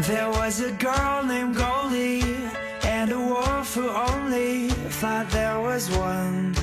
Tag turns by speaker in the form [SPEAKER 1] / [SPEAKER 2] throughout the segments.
[SPEAKER 1] There was a girl named Goldie and a wolf who only thought there was one.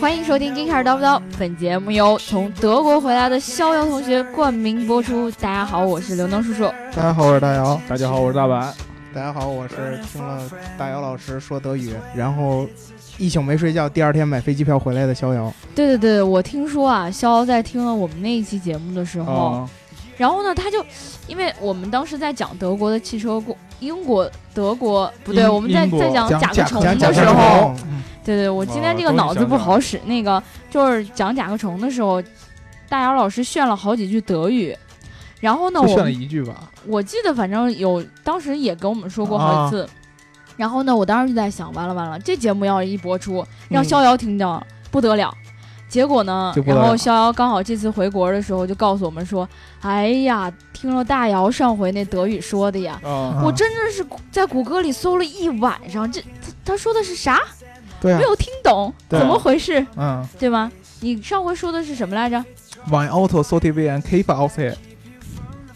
[SPEAKER 2] 欢迎收听《金卡叨不叨》，本节目由从德国回来的逍遥同学冠名播出。大家好，我是刘能叔叔。
[SPEAKER 3] 大家好，我是大姚。
[SPEAKER 4] 大家好，我是大白。
[SPEAKER 3] 大家好，我是听了大姚老师说德语，然后一宿没睡觉，第二天买飞机票回来的逍遥。
[SPEAKER 2] 对对对，我听说啊，逍遥在听了我们那一期节目的时候，
[SPEAKER 4] 啊，
[SPEAKER 2] 然后呢，他就因为我们当时在讲德国的汽车工，英国、德国不对，
[SPEAKER 4] 英
[SPEAKER 2] 我们在
[SPEAKER 4] 英国
[SPEAKER 2] 在讲甲壳
[SPEAKER 3] 甲
[SPEAKER 2] 虫
[SPEAKER 3] 讲
[SPEAKER 2] 的
[SPEAKER 3] 甲
[SPEAKER 2] 哦时候，
[SPEAKER 3] 壳虫，嗯
[SPEAKER 2] 对对，我今天
[SPEAKER 4] 哦
[SPEAKER 2] 这个
[SPEAKER 4] 终于
[SPEAKER 2] 脑子
[SPEAKER 4] 想起
[SPEAKER 2] 不
[SPEAKER 4] 来
[SPEAKER 2] 好使，那个就是讲甲壳虫的时候，大姚老师炫了好几句德语。然后呢，
[SPEAKER 4] 就
[SPEAKER 2] 我
[SPEAKER 4] 炫
[SPEAKER 2] 们
[SPEAKER 4] 了一句吧。
[SPEAKER 2] 我记得反正有，当时也跟我们说过好
[SPEAKER 3] 啊
[SPEAKER 2] 几次。然后呢，我当时就在想，完了完了，这节目要是一播出，让
[SPEAKER 3] 嗯
[SPEAKER 2] 逍遥听到、不得了。结果呢
[SPEAKER 3] 就，不得
[SPEAKER 2] 然后
[SPEAKER 3] 了
[SPEAKER 2] 逍遥刚好这次回国的时候就告诉我们说：“哎呀，听了大姚上回那德语说的呀，
[SPEAKER 4] 啊，
[SPEAKER 2] 我真的是在谷歌里搜了一晚上，这他他说的是啥？
[SPEAKER 3] 对啊
[SPEAKER 2] 没，有听懂，
[SPEAKER 3] 对
[SPEAKER 2] 怎么回事？
[SPEAKER 3] 嗯
[SPEAKER 2] 对吗？你上回说的是什么来着？
[SPEAKER 4] One Auto sollte w e n Käfer aussehen。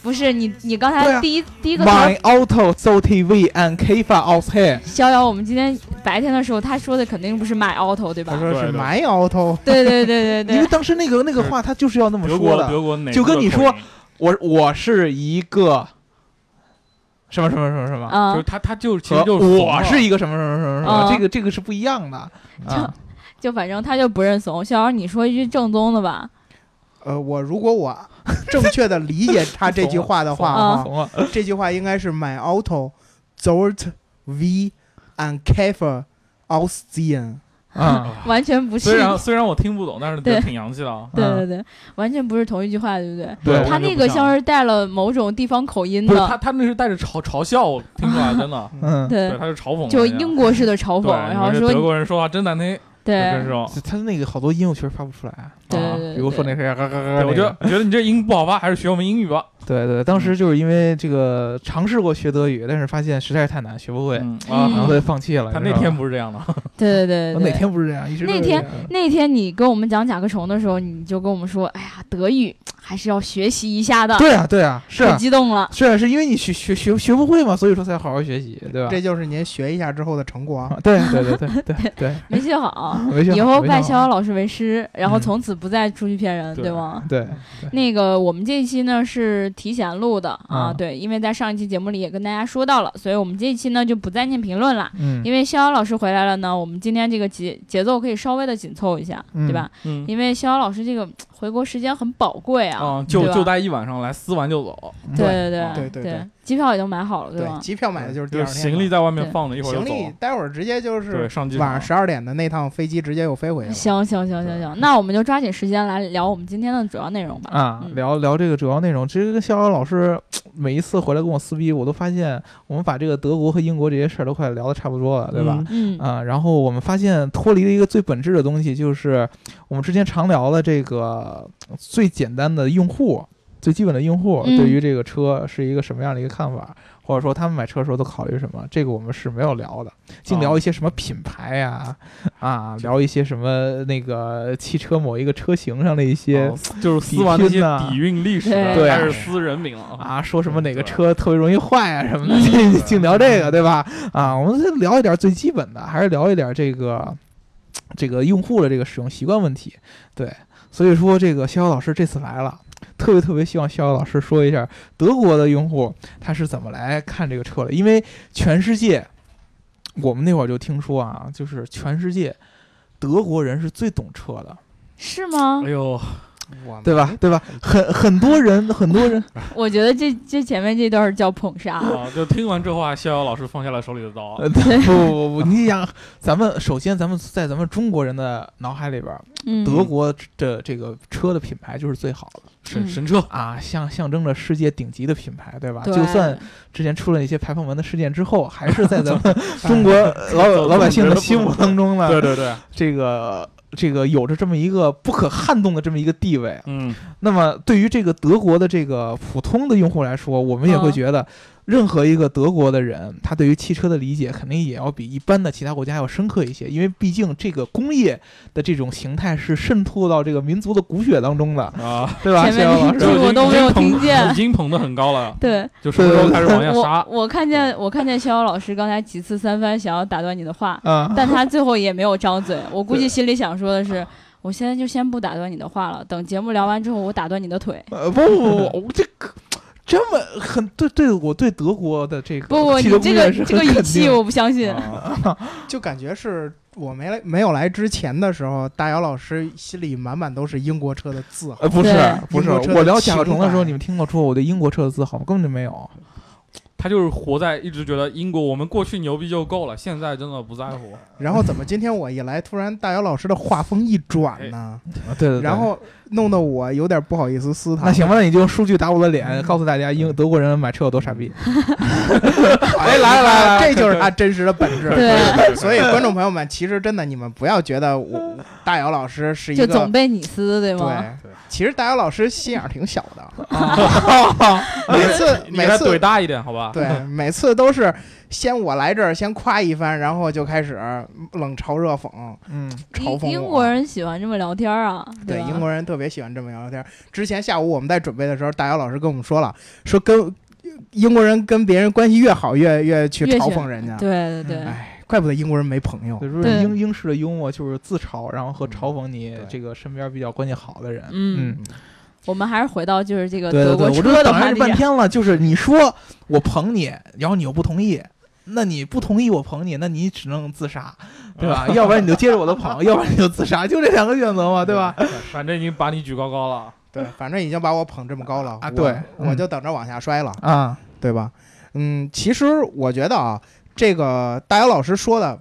[SPEAKER 2] 不是你，你刚
[SPEAKER 4] 对
[SPEAKER 2] 才
[SPEAKER 4] 啊
[SPEAKER 2] 第一、第一个词儿
[SPEAKER 4] One Auto sollte w e n Käfer aussehen。
[SPEAKER 2] 逍遥，我们今天白天的时候，他说的肯定不是买 auto 对吧
[SPEAKER 3] 他？说
[SPEAKER 5] 对
[SPEAKER 3] 是
[SPEAKER 5] 对
[SPEAKER 3] 买 auto，
[SPEAKER 2] 对对对对
[SPEAKER 4] 因
[SPEAKER 2] 对，
[SPEAKER 4] 为当时那个那个话，他就是要那么
[SPEAKER 5] 德
[SPEAKER 4] 说
[SPEAKER 5] 国德
[SPEAKER 4] 的。
[SPEAKER 5] 国哪个
[SPEAKER 4] 就跟你
[SPEAKER 5] 口
[SPEAKER 4] 说
[SPEAKER 5] 音，
[SPEAKER 4] 我我是一个什么什么什么什么，
[SPEAKER 5] 就
[SPEAKER 2] 嗯
[SPEAKER 5] 是，他他就其实
[SPEAKER 4] 和
[SPEAKER 5] 就是
[SPEAKER 4] 我是一个什么什么什么什么，
[SPEAKER 2] 嗯
[SPEAKER 4] 这个这个是不一样的。啊，
[SPEAKER 2] 就反正他就不认怂。逍遥，你说一句正宗的吧？
[SPEAKER 3] 呃，我如果我正确的理解他这句话的话啊，
[SPEAKER 4] 怂了。
[SPEAKER 2] 嗯
[SPEAKER 3] 这句话应该是买 auto dort wie ein Käfer ausziehen。
[SPEAKER 4] 啊，
[SPEAKER 2] 完全不
[SPEAKER 5] 虽
[SPEAKER 2] 是，
[SPEAKER 5] 然虽然我听不懂，但是
[SPEAKER 2] 对
[SPEAKER 5] 也挺洋气的啊。
[SPEAKER 2] 对对对，完全不是同一句话，对不对？
[SPEAKER 4] 对
[SPEAKER 5] 完
[SPEAKER 2] 他
[SPEAKER 5] 全
[SPEAKER 2] 那
[SPEAKER 5] 不
[SPEAKER 2] 个
[SPEAKER 5] 像
[SPEAKER 2] 像是带了某种地方口音
[SPEAKER 5] 不是他
[SPEAKER 2] 的，
[SPEAKER 5] 他那是带着嘲嘲笑，我听出来真的，
[SPEAKER 4] 嗯，
[SPEAKER 2] 对
[SPEAKER 5] 对，，他是嘲讽人家，
[SPEAKER 2] 就英国式的嘲讽，
[SPEAKER 5] 对
[SPEAKER 2] 然后
[SPEAKER 5] 你
[SPEAKER 2] 说
[SPEAKER 5] 这德
[SPEAKER 2] 你
[SPEAKER 5] 国人说话真难听，真
[SPEAKER 2] 对
[SPEAKER 5] 是哦。
[SPEAKER 4] 他那个好多音我确实发不出来啊，
[SPEAKER 2] 对
[SPEAKER 5] 啊
[SPEAKER 2] 对
[SPEAKER 4] 比如说那
[SPEAKER 2] 对
[SPEAKER 4] 谁，嘎嘎嘎
[SPEAKER 5] 对
[SPEAKER 4] 嘎，
[SPEAKER 5] 我觉得觉得你这音不好发，还是学我们英语吧。
[SPEAKER 4] 对对，当时就是因为这个尝试过学德语，但是发现实在是太难，学不会，
[SPEAKER 5] 嗯
[SPEAKER 4] 然后
[SPEAKER 5] 啊
[SPEAKER 2] 嗯，
[SPEAKER 4] 所以放弃了。
[SPEAKER 5] 他
[SPEAKER 4] 你知
[SPEAKER 5] 那
[SPEAKER 4] 道
[SPEAKER 5] 天
[SPEAKER 4] 吗，
[SPEAKER 5] 不是这样的，
[SPEAKER 2] 对对对
[SPEAKER 4] 我
[SPEAKER 2] 对
[SPEAKER 4] 哪
[SPEAKER 2] 对。
[SPEAKER 4] 天不是这样，一直都
[SPEAKER 2] 那
[SPEAKER 4] 是这
[SPEAKER 2] 天
[SPEAKER 4] 样
[SPEAKER 2] 那天你跟我们讲甲壳虫的时候，你就跟我们说，哎呀，德语还是要学习一下的，
[SPEAKER 4] 对啊对啊是
[SPEAKER 2] 可
[SPEAKER 4] 啊
[SPEAKER 2] 激动了。
[SPEAKER 4] 是啊是因为你学学学学不会嘛，所以说才好好学习，对吧？
[SPEAKER 3] 这就是您学一下之后的成果啊。
[SPEAKER 4] 啊对对对对对对，
[SPEAKER 2] 没学好，
[SPEAKER 4] 没学好
[SPEAKER 2] 以后拜。
[SPEAKER 4] 没学
[SPEAKER 2] 逍遥
[SPEAKER 4] 好
[SPEAKER 2] 老师为师，然后
[SPEAKER 4] 嗯
[SPEAKER 2] 从此不再出去骗人，
[SPEAKER 5] 对
[SPEAKER 2] 对吗？
[SPEAKER 4] 对，
[SPEAKER 2] 那个，我们这一期呢是提前录的啊，
[SPEAKER 4] 嗯
[SPEAKER 2] 对，因为在上一期节目里也跟大家说到了，所以我们这一期呢就不再念评论了。
[SPEAKER 4] 嗯，
[SPEAKER 2] 因为逍遥老师回来了呢，我们今天这个节节奏可以稍微的紧凑一下，
[SPEAKER 4] 嗯
[SPEAKER 2] 对吧？
[SPEAKER 5] 嗯
[SPEAKER 2] 因为逍遥老师这个嗯回国时间很宝贵啊，
[SPEAKER 5] 啊，就
[SPEAKER 2] 对吧
[SPEAKER 5] 就待一晚上来，撕完就走，
[SPEAKER 4] 嗯
[SPEAKER 2] 对对
[SPEAKER 3] 对对对
[SPEAKER 2] 对
[SPEAKER 3] 对，
[SPEAKER 2] 机票已经买好了，
[SPEAKER 3] 对
[SPEAKER 2] 吧，？
[SPEAKER 3] 机票买的就是第
[SPEAKER 5] 就
[SPEAKER 3] 二
[SPEAKER 5] 是
[SPEAKER 3] 天
[SPEAKER 5] 行李
[SPEAKER 3] 的。
[SPEAKER 5] 在外面
[SPEAKER 2] 对
[SPEAKER 5] 放着，一会儿就
[SPEAKER 3] 行李
[SPEAKER 5] 走。
[SPEAKER 3] 待会儿直接就是
[SPEAKER 5] 对，上机
[SPEAKER 3] 晚上
[SPEAKER 5] 场
[SPEAKER 3] 十二点的那趟飞机直接又飞回去了。
[SPEAKER 2] 行行行行
[SPEAKER 4] 对
[SPEAKER 2] 行，那我们就抓紧时间来聊我们今天的主要内容吧。
[SPEAKER 4] 啊，
[SPEAKER 2] 嗯
[SPEAKER 4] 聊聊这个主要内容。其实跟逍遥老师每一次回来跟我撕逼，我都发现我们把这个德国和英国这些事儿都快聊得差不多了，对吧？
[SPEAKER 5] 嗯
[SPEAKER 2] 嗯，
[SPEAKER 4] 啊，然后我们发现脱离了一个最本质的东西，就是我们之前常聊的这个最简单的用户，最基本的用户
[SPEAKER 2] 嗯
[SPEAKER 4] 对于这个车是一个什么样的一个看法，或者说他们买车的时候都考虑什么，这个我们是没有聊的，净聊
[SPEAKER 5] 嗯
[SPEAKER 4] 一些什么品牌呀、啊，聊一些什么那个汽车某一个车型上的一些。
[SPEAKER 5] 哦就是撕完那些底蕴历史的，
[SPEAKER 2] 对
[SPEAKER 5] 开始撕人名了啊。
[SPEAKER 4] 啊，说什么哪个
[SPEAKER 5] 对
[SPEAKER 4] 车特别容易坏啊什么的，
[SPEAKER 5] 嗯
[SPEAKER 4] 就 净聊这个，对吧？啊，我们再聊一点最基本的，还是聊一点这个这个用户的这个使用习惯问题。对，所以说这个逍遥老师这次来了，特别特别希望逍遥老师说一下德国的用户他是怎么来看这个车的，因为全世界，我们那会儿就听说啊，就是全世界德国人是最懂车的，
[SPEAKER 2] 是吗
[SPEAKER 5] 哎？呦，
[SPEAKER 2] 啊
[SPEAKER 3] 我们
[SPEAKER 4] 对吧？对吧？很很多人， 很多人。
[SPEAKER 2] 我觉得这这前面这段儿叫捧杀。
[SPEAKER 5] 啊，就听完这话，逍遥老师放下了手里的刀。
[SPEAKER 4] 呃，不不不不，你想，咱们首先咱们在咱们中国人的脑海里边儿，
[SPEAKER 2] 嗯，
[SPEAKER 4] 德国的这个车的品牌就是最好的
[SPEAKER 5] 神
[SPEAKER 2] 嗯
[SPEAKER 5] 神车，
[SPEAKER 4] 啊，象象征着世界顶级的品牌，对吧？
[SPEAKER 2] 对
[SPEAKER 4] 就算之前出了一些排放门的事件之后，还是在咱们中国呃老
[SPEAKER 5] 走
[SPEAKER 4] 老百姓的
[SPEAKER 5] 走
[SPEAKER 4] 心目当中呢，
[SPEAKER 5] 对对对，
[SPEAKER 4] 这个这个有着这么一个不可撼动的这么一个地位。啊
[SPEAKER 5] 嗯，
[SPEAKER 4] 那么对于这个德国的这个普通的用户来说，我们也会
[SPEAKER 2] 嗯
[SPEAKER 4] 觉得任何一个德国的人，他对于汽车的理解肯定也要比一般的其他国家要深刻一些，因为毕竟这个工业的这种形态是渗透到这个民族的骨血当中的，
[SPEAKER 5] 啊，
[SPEAKER 4] 对吧？
[SPEAKER 2] 前面
[SPEAKER 4] 谢老
[SPEAKER 2] 你
[SPEAKER 5] 这
[SPEAKER 2] 这
[SPEAKER 4] 师，
[SPEAKER 2] 我都没有听见
[SPEAKER 5] 已经捧得很高了，
[SPEAKER 2] 对，
[SPEAKER 5] 就什么时候开始往下
[SPEAKER 2] 我
[SPEAKER 5] 杀？
[SPEAKER 2] 我看见我看见逍遥老师刚才几次三番想要打断你的话，
[SPEAKER 4] 啊，
[SPEAKER 2] 但他最后也没有张嘴。我估计心里想说的是，我现在就先不打断你的话了，等节目聊完之后，我打断你的腿。
[SPEAKER 4] 呃，不不不不，我这个这么很对对我对德国的这个
[SPEAKER 2] 不不，
[SPEAKER 4] 汽
[SPEAKER 2] 你
[SPEAKER 4] 车
[SPEAKER 2] 这
[SPEAKER 4] 工业
[SPEAKER 2] 个
[SPEAKER 4] 是
[SPEAKER 2] 这个
[SPEAKER 4] 很
[SPEAKER 2] 语
[SPEAKER 4] 肯
[SPEAKER 2] 气
[SPEAKER 4] 定的
[SPEAKER 2] 我不相信。
[SPEAKER 5] 啊
[SPEAKER 3] 就感觉是我没来没有来之前的时候，大姚老师心里满满都是英国车的字号。
[SPEAKER 4] 呃，不是
[SPEAKER 2] 对
[SPEAKER 4] 不是，
[SPEAKER 3] 英国车
[SPEAKER 4] 我
[SPEAKER 3] 的
[SPEAKER 4] 聊甲壳虫的时
[SPEAKER 3] 情
[SPEAKER 4] 候，
[SPEAKER 3] 怀
[SPEAKER 4] 你们听得出我对英国车的自豪吗？根本就没有。
[SPEAKER 5] 他就是活在一直觉得英国我们过去牛逼就够了，现在真的不在乎。
[SPEAKER 3] 然后怎么今天我一来，突然大姚老师的画风一转呢？
[SPEAKER 4] 啊对对对。
[SPEAKER 3] 然后弄得我有点不好意思撕他。嗯
[SPEAKER 4] 那行吧，那你就用数据打我的脸，告诉大家英德国人买车有多傻逼。
[SPEAKER 3] 哎，来来来，这就是他真实的本 质。
[SPEAKER 2] 对
[SPEAKER 3] 所以观众朋友们，其实真的你们不要觉得我大姚老师是一
[SPEAKER 2] 就
[SPEAKER 3] 个
[SPEAKER 2] 总被你撕，对吗？
[SPEAKER 3] 对
[SPEAKER 5] 对，
[SPEAKER 3] 其实大姚老师心眼儿挺小 的，
[SPEAKER 4] 哦
[SPEAKER 5] 啊
[SPEAKER 3] 每次
[SPEAKER 5] 你给
[SPEAKER 3] 每
[SPEAKER 5] 他怼
[SPEAKER 3] 次
[SPEAKER 5] 大一点，好吧？
[SPEAKER 3] 对每次都是先我来这儿先夸一番，然后就开始冷嘲热讽
[SPEAKER 4] 嗯，
[SPEAKER 3] 嘲
[SPEAKER 2] 英
[SPEAKER 3] 讽
[SPEAKER 2] 英国
[SPEAKER 3] 我。
[SPEAKER 2] 人喜欢这么聊天啊，
[SPEAKER 3] 对
[SPEAKER 2] 吧
[SPEAKER 3] 英国人特别喜欢这么聊天。之前下午我们在准备的时候，大姚老师跟我们说了，说跟英国人跟别人关系越好，越越去
[SPEAKER 2] 越
[SPEAKER 3] 嘲
[SPEAKER 2] 喜
[SPEAKER 3] 讽
[SPEAKER 2] 欢
[SPEAKER 3] 人家。
[SPEAKER 2] 对对对，
[SPEAKER 3] 哎，怪不得英国人没朋友
[SPEAKER 4] 所。以说
[SPEAKER 2] 对
[SPEAKER 4] 英英式的幽默就是自嘲，然后和嘲讽你
[SPEAKER 3] 对
[SPEAKER 4] 这个身边比较关系好的人。
[SPEAKER 2] 嗯
[SPEAKER 4] 嗯，
[SPEAKER 2] 我们还是回到就是这个
[SPEAKER 4] 对对
[SPEAKER 2] 德
[SPEAKER 4] 对，
[SPEAKER 2] 国
[SPEAKER 4] 我这
[SPEAKER 2] 车的
[SPEAKER 4] 等
[SPEAKER 2] 话
[SPEAKER 4] 了
[SPEAKER 2] 题
[SPEAKER 4] 半
[SPEAKER 2] 啊。
[SPEAKER 4] 天了，就是你说我捧你，然后你又不同意。那你不同意我捧你，那你只能自杀，对吧？要不然你就接着我的捧，要不然你就自杀，就这两个选择嘛，对吧？？
[SPEAKER 5] 反正已经把你举高高了。
[SPEAKER 3] 对，反正已经把我捧这么高了
[SPEAKER 4] 啊
[SPEAKER 3] 我
[SPEAKER 4] 对
[SPEAKER 3] 我
[SPEAKER 4] 嗯
[SPEAKER 3] 就等着往下摔了。
[SPEAKER 4] 啊，
[SPEAKER 3] 对吧？嗯，其实我觉得啊，这个大姚老师说的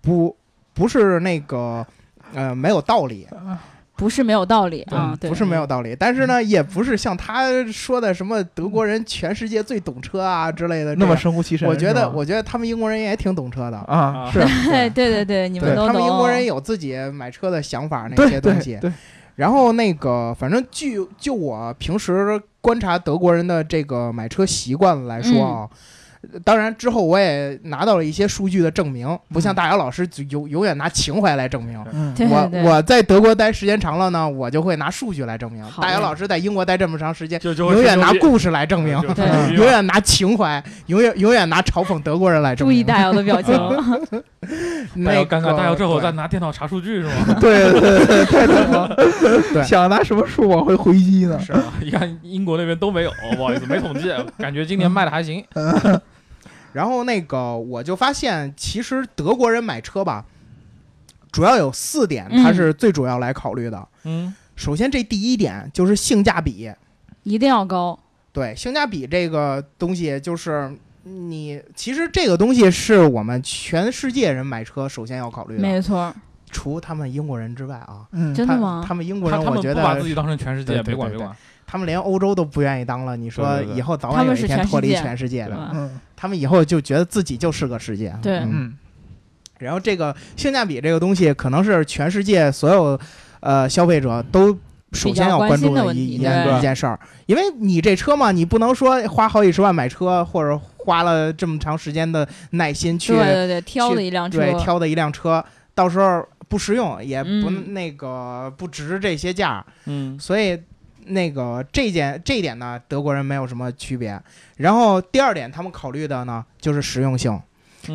[SPEAKER 3] 不不是那个呃没有道理，
[SPEAKER 2] 不是没有道理啊，对
[SPEAKER 3] 不是没
[SPEAKER 4] 嗯
[SPEAKER 3] 有道理，但是呢，也不是像他说的什么德国人全世界最懂车啊之类的这
[SPEAKER 4] 那
[SPEAKER 3] 样。
[SPEAKER 4] 么神乎其神，
[SPEAKER 3] 我觉
[SPEAKER 4] 是
[SPEAKER 3] 得
[SPEAKER 4] 吧
[SPEAKER 3] 我觉得他们英国人也挺懂车的。
[SPEAKER 4] 啊
[SPEAKER 5] 啊
[SPEAKER 4] 是
[SPEAKER 2] 对对对对，你
[SPEAKER 3] 对
[SPEAKER 2] 们都
[SPEAKER 3] 他们
[SPEAKER 2] 懂。
[SPEAKER 3] 英国人有自己买车的想法那些
[SPEAKER 4] 对
[SPEAKER 3] 东
[SPEAKER 4] 对
[SPEAKER 3] 西，
[SPEAKER 4] 对，
[SPEAKER 3] 然后那个反正据就我平时观察德国人的这个买车习惯来说啊，
[SPEAKER 2] 嗯
[SPEAKER 3] 当然之后我也拿到了一些数据的证明，不像大姚老师就永永远拿情怀来证明。
[SPEAKER 4] 嗯
[SPEAKER 2] 嗯对
[SPEAKER 3] 我
[SPEAKER 2] 对
[SPEAKER 3] 我在德国待时间长了呢，我就会拿数据来证明。
[SPEAKER 2] 好嘞
[SPEAKER 3] 大姚老师在英国待这么长时间，
[SPEAKER 5] 就就会
[SPEAKER 3] 永远
[SPEAKER 5] 吹牛
[SPEAKER 3] 拿
[SPEAKER 5] 逼
[SPEAKER 3] 故事来证明，
[SPEAKER 5] 就
[SPEAKER 2] 对
[SPEAKER 5] 吹牛逼
[SPEAKER 3] 永远拿情怀，永远永远拿嘲讽德国人来证
[SPEAKER 2] 注
[SPEAKER 3] 明。
[SPEAKER 2] 意大姚的表情，
[SPEAKER 5] 啊大
[SPEAKER 3] 那
[SPEAKER 5] 姚尴尬，大姚这会儿
[SPEAKER 3] 个
[SPEAKER 5] 在拿电脑查数据是 吗？
[SPEAKER 4] 对对对，太懂了。
[SPEAKER 3] 对
[SPEAKER 4] 想拿什么数往回回击呢？
[SPEAKER 3] 是
[SPEAKER 5] 一看英国那边都没有，不好意思，没统计，感觉
[SPEAKER 3] 嗯
[SPEAKER 5] 今年卖的还行。
[SPEAKER 3] 然后那个我就发现，其实德国人买车吧，主要有四点，
[SPEAKER 2] 嗯
[SPEAKER 3] 它是最主要来考虑的。
[SPEAKER 5] 嗯，
[SPEAKER 3] 首先，这第一点就是性价比。
[SPEAKER 2] 一定要高。
[SPEAKER 3] 对，性价比这个东西，就是你其实这个东西是我们全世界人买车首先要考虑的，
[SPEAKER 2] 没错，
[SPEAKER 3] 除他们英国人之外啊。
[SPEAKER 4] 嗯，
[SPEAKER 2] 真的吗
[SPEAKER 3] 他？他们英国
[SPEAKER 5] 他
[SPEAKER 3] 人，
[SPEAKER 5] 他
[SPEAKER 3] 我
[SPEAKER 5] 们
[SPEAKER 3] 觉
[SPEAKER 5] 不把自
[SPEAKER 3] 得
[SPEAKER 5] 己当成全世
[SPEAKER 3] 对
[SPEAKER 5] 界，
[SPEAKER 3] 对
[SPEAKER 5] 别管别
[SPEAKER 3] 对
[SPEAKER 5] 管。
[SPEAKER 3] 他们连欧洲都不愿意当了。你说
[SPEAKER 5] 对对对
[SPEAKER 3] 以后早
[SPEAKER 2] 他
[SPEAKER 3] 晚有
[SPEAKER 2] 们
[SPEAKER 3] 一
[SPEAKER 2] 是
[SPEAKER 3] 天
[SPEAKER 2] 全
[SPEAKER 3] 脱
[SPEAKER 2] 世
[SPEAKER 3] 离
[SPEAKER 2] 界
[SPEAKER 3] 全世界
[SPEAKER 2] 对
[SPEAKER 3] 的，
[SPEAKER 2] 吧
[SPEAKER 4] 嗯
[SPEAKER 3] 他们以后就觉得自己就是个世界。
[SPEAKER 2] 对
[SPEAKER 3] 嗯
[SPEAKER 4] 嗯
[SPEAKER 3] 然后这个性价比这个东西，可能是全世界所有呃消费者都首先要关注
[SPEAKER 2] 比较关心的问题
[SPEAKER 3] 一一
[SPEAKER 2] 对
[SPEAKER 3] 件一件事儿，因为你这车嘛，你不能说花好几十万买车，或者花了这么长时间的耐心去
[SPEAKER 2] 对对对，挑
[SPEAKER 3] 去
[SPEAKER 2] 的一辆车，
[SPEAKER 3] 对挑的一辆车，到时候不实用，也不、
[SPEAKER 2] 嗯
[SPEAKER 3] 那个不值这些价儿，
[SPEAKER 5] 嗯，
[SPEAKER 3] 所以。那个这件这一点呢，德国人没有什么区别。然后第二点，他们考虑的呢就是实用性，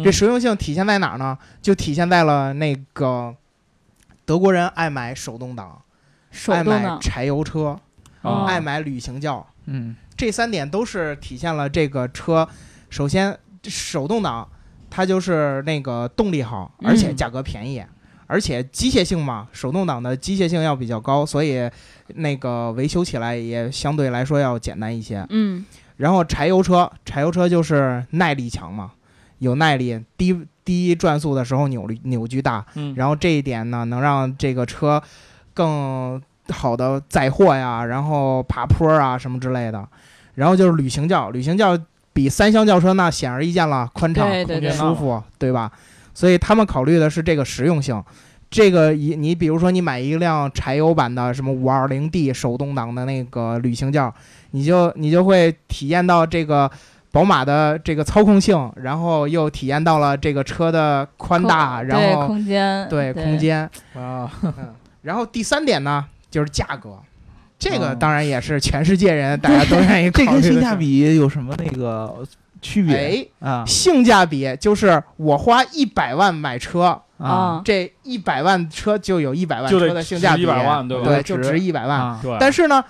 [SPEAKER 3] 这实用性体现在哪儿呢？就体现在了那个德国人爱买手动挡，
[SPEAKER 2] 手
[SPEAKER 3] 爱
[SPEAKER 2] 动
[SPEAKER 3] 买
[SPEAKER 2] 挡，
[SPEAKER 3] 柴油车，
[SPEAKER 2] 哦
[SPEAKER 3] 爱买旅行轿，
[SPEAKER 4] 嗯
[SPEAKER 3] 这三点都是体现了这个车。首先，手动挡它就是那个动力好，而且
[SPEAKER 2] 嗯
[SPEAKER 3] 价格便宜。而且机械性嘛，手动挡的机械性要比较高，所以那个维修起来也相对来说要简单一些。
[SPEAKER 2] 嗯，
[SPEAKER 3] 然后柴油车，柴油车就是耐力强嘛，有耐力，低低转速的时候扭力扭矩大，
[SPEAKER 5] 嗯
[SPEAKER 3] 然后这一点呢，能让这个车更好的载货呀，然后爬坡啊什么之类的。然后就是旅行轿，旅行轿比三厢轿车那显而易见了，宽敞、
[SPEAKER 2] 对对
[SPEAKER 5] 空间
[SPEAKER 2] 对，
[SPEAKER 5] 大
[SPEAKER 3] 舒服，对吧？所以他们考虑的是这个实用性。这个一你比如说你买一辆柴油版的什么五二零 D 手动挡的那个旅行轿，你就你就会体验到这个宝马的这个操控性，然后又体验到了这个车的宽大，
[SPEAKER 2] 空
[SPEAKER 3] 然
[SPEAKER 2] 对
[SPEAKER 3] 后
[SPEAKER 2] 空间，
[SPEAKER 3] 对空，间，嗯
[SPEAKER 4] 啊，
[SPEAKER 3] 然后第三点呢就是价格，这个
[SPEAKER 4] 哦
[SPEAKER 3] 当然也是全世界人大家都愿意考
[SPEAKER 4] 这
[SPEAKER 3] 虑的
[SPEAKER 4] 跟
[SPEAKER 3] 事儿。
[SPEAKER 4] 性价比有什么那个区别
[SPEAKER 3] 哎，
[SPEAKER 4] 啊？
[SPEAKER 3] 性价比就是我花一百万买车，
[SPEAKER 2] 啊，
[SPEAKER 3] 这一百万车就有一百万
[SPEAKER 5] 就得
[SPEAKER 3] 车的性价比，
[SPEAKER 5] 值100万对吧
[SPEAKER 3] 对，
[SPEAKER 4] 值
[SPEAKER 3] 就值一百万。
[SPEAKER 4] 啊，
[SPEAKER 5] 对，
[SPEAKER 3] 但是呢，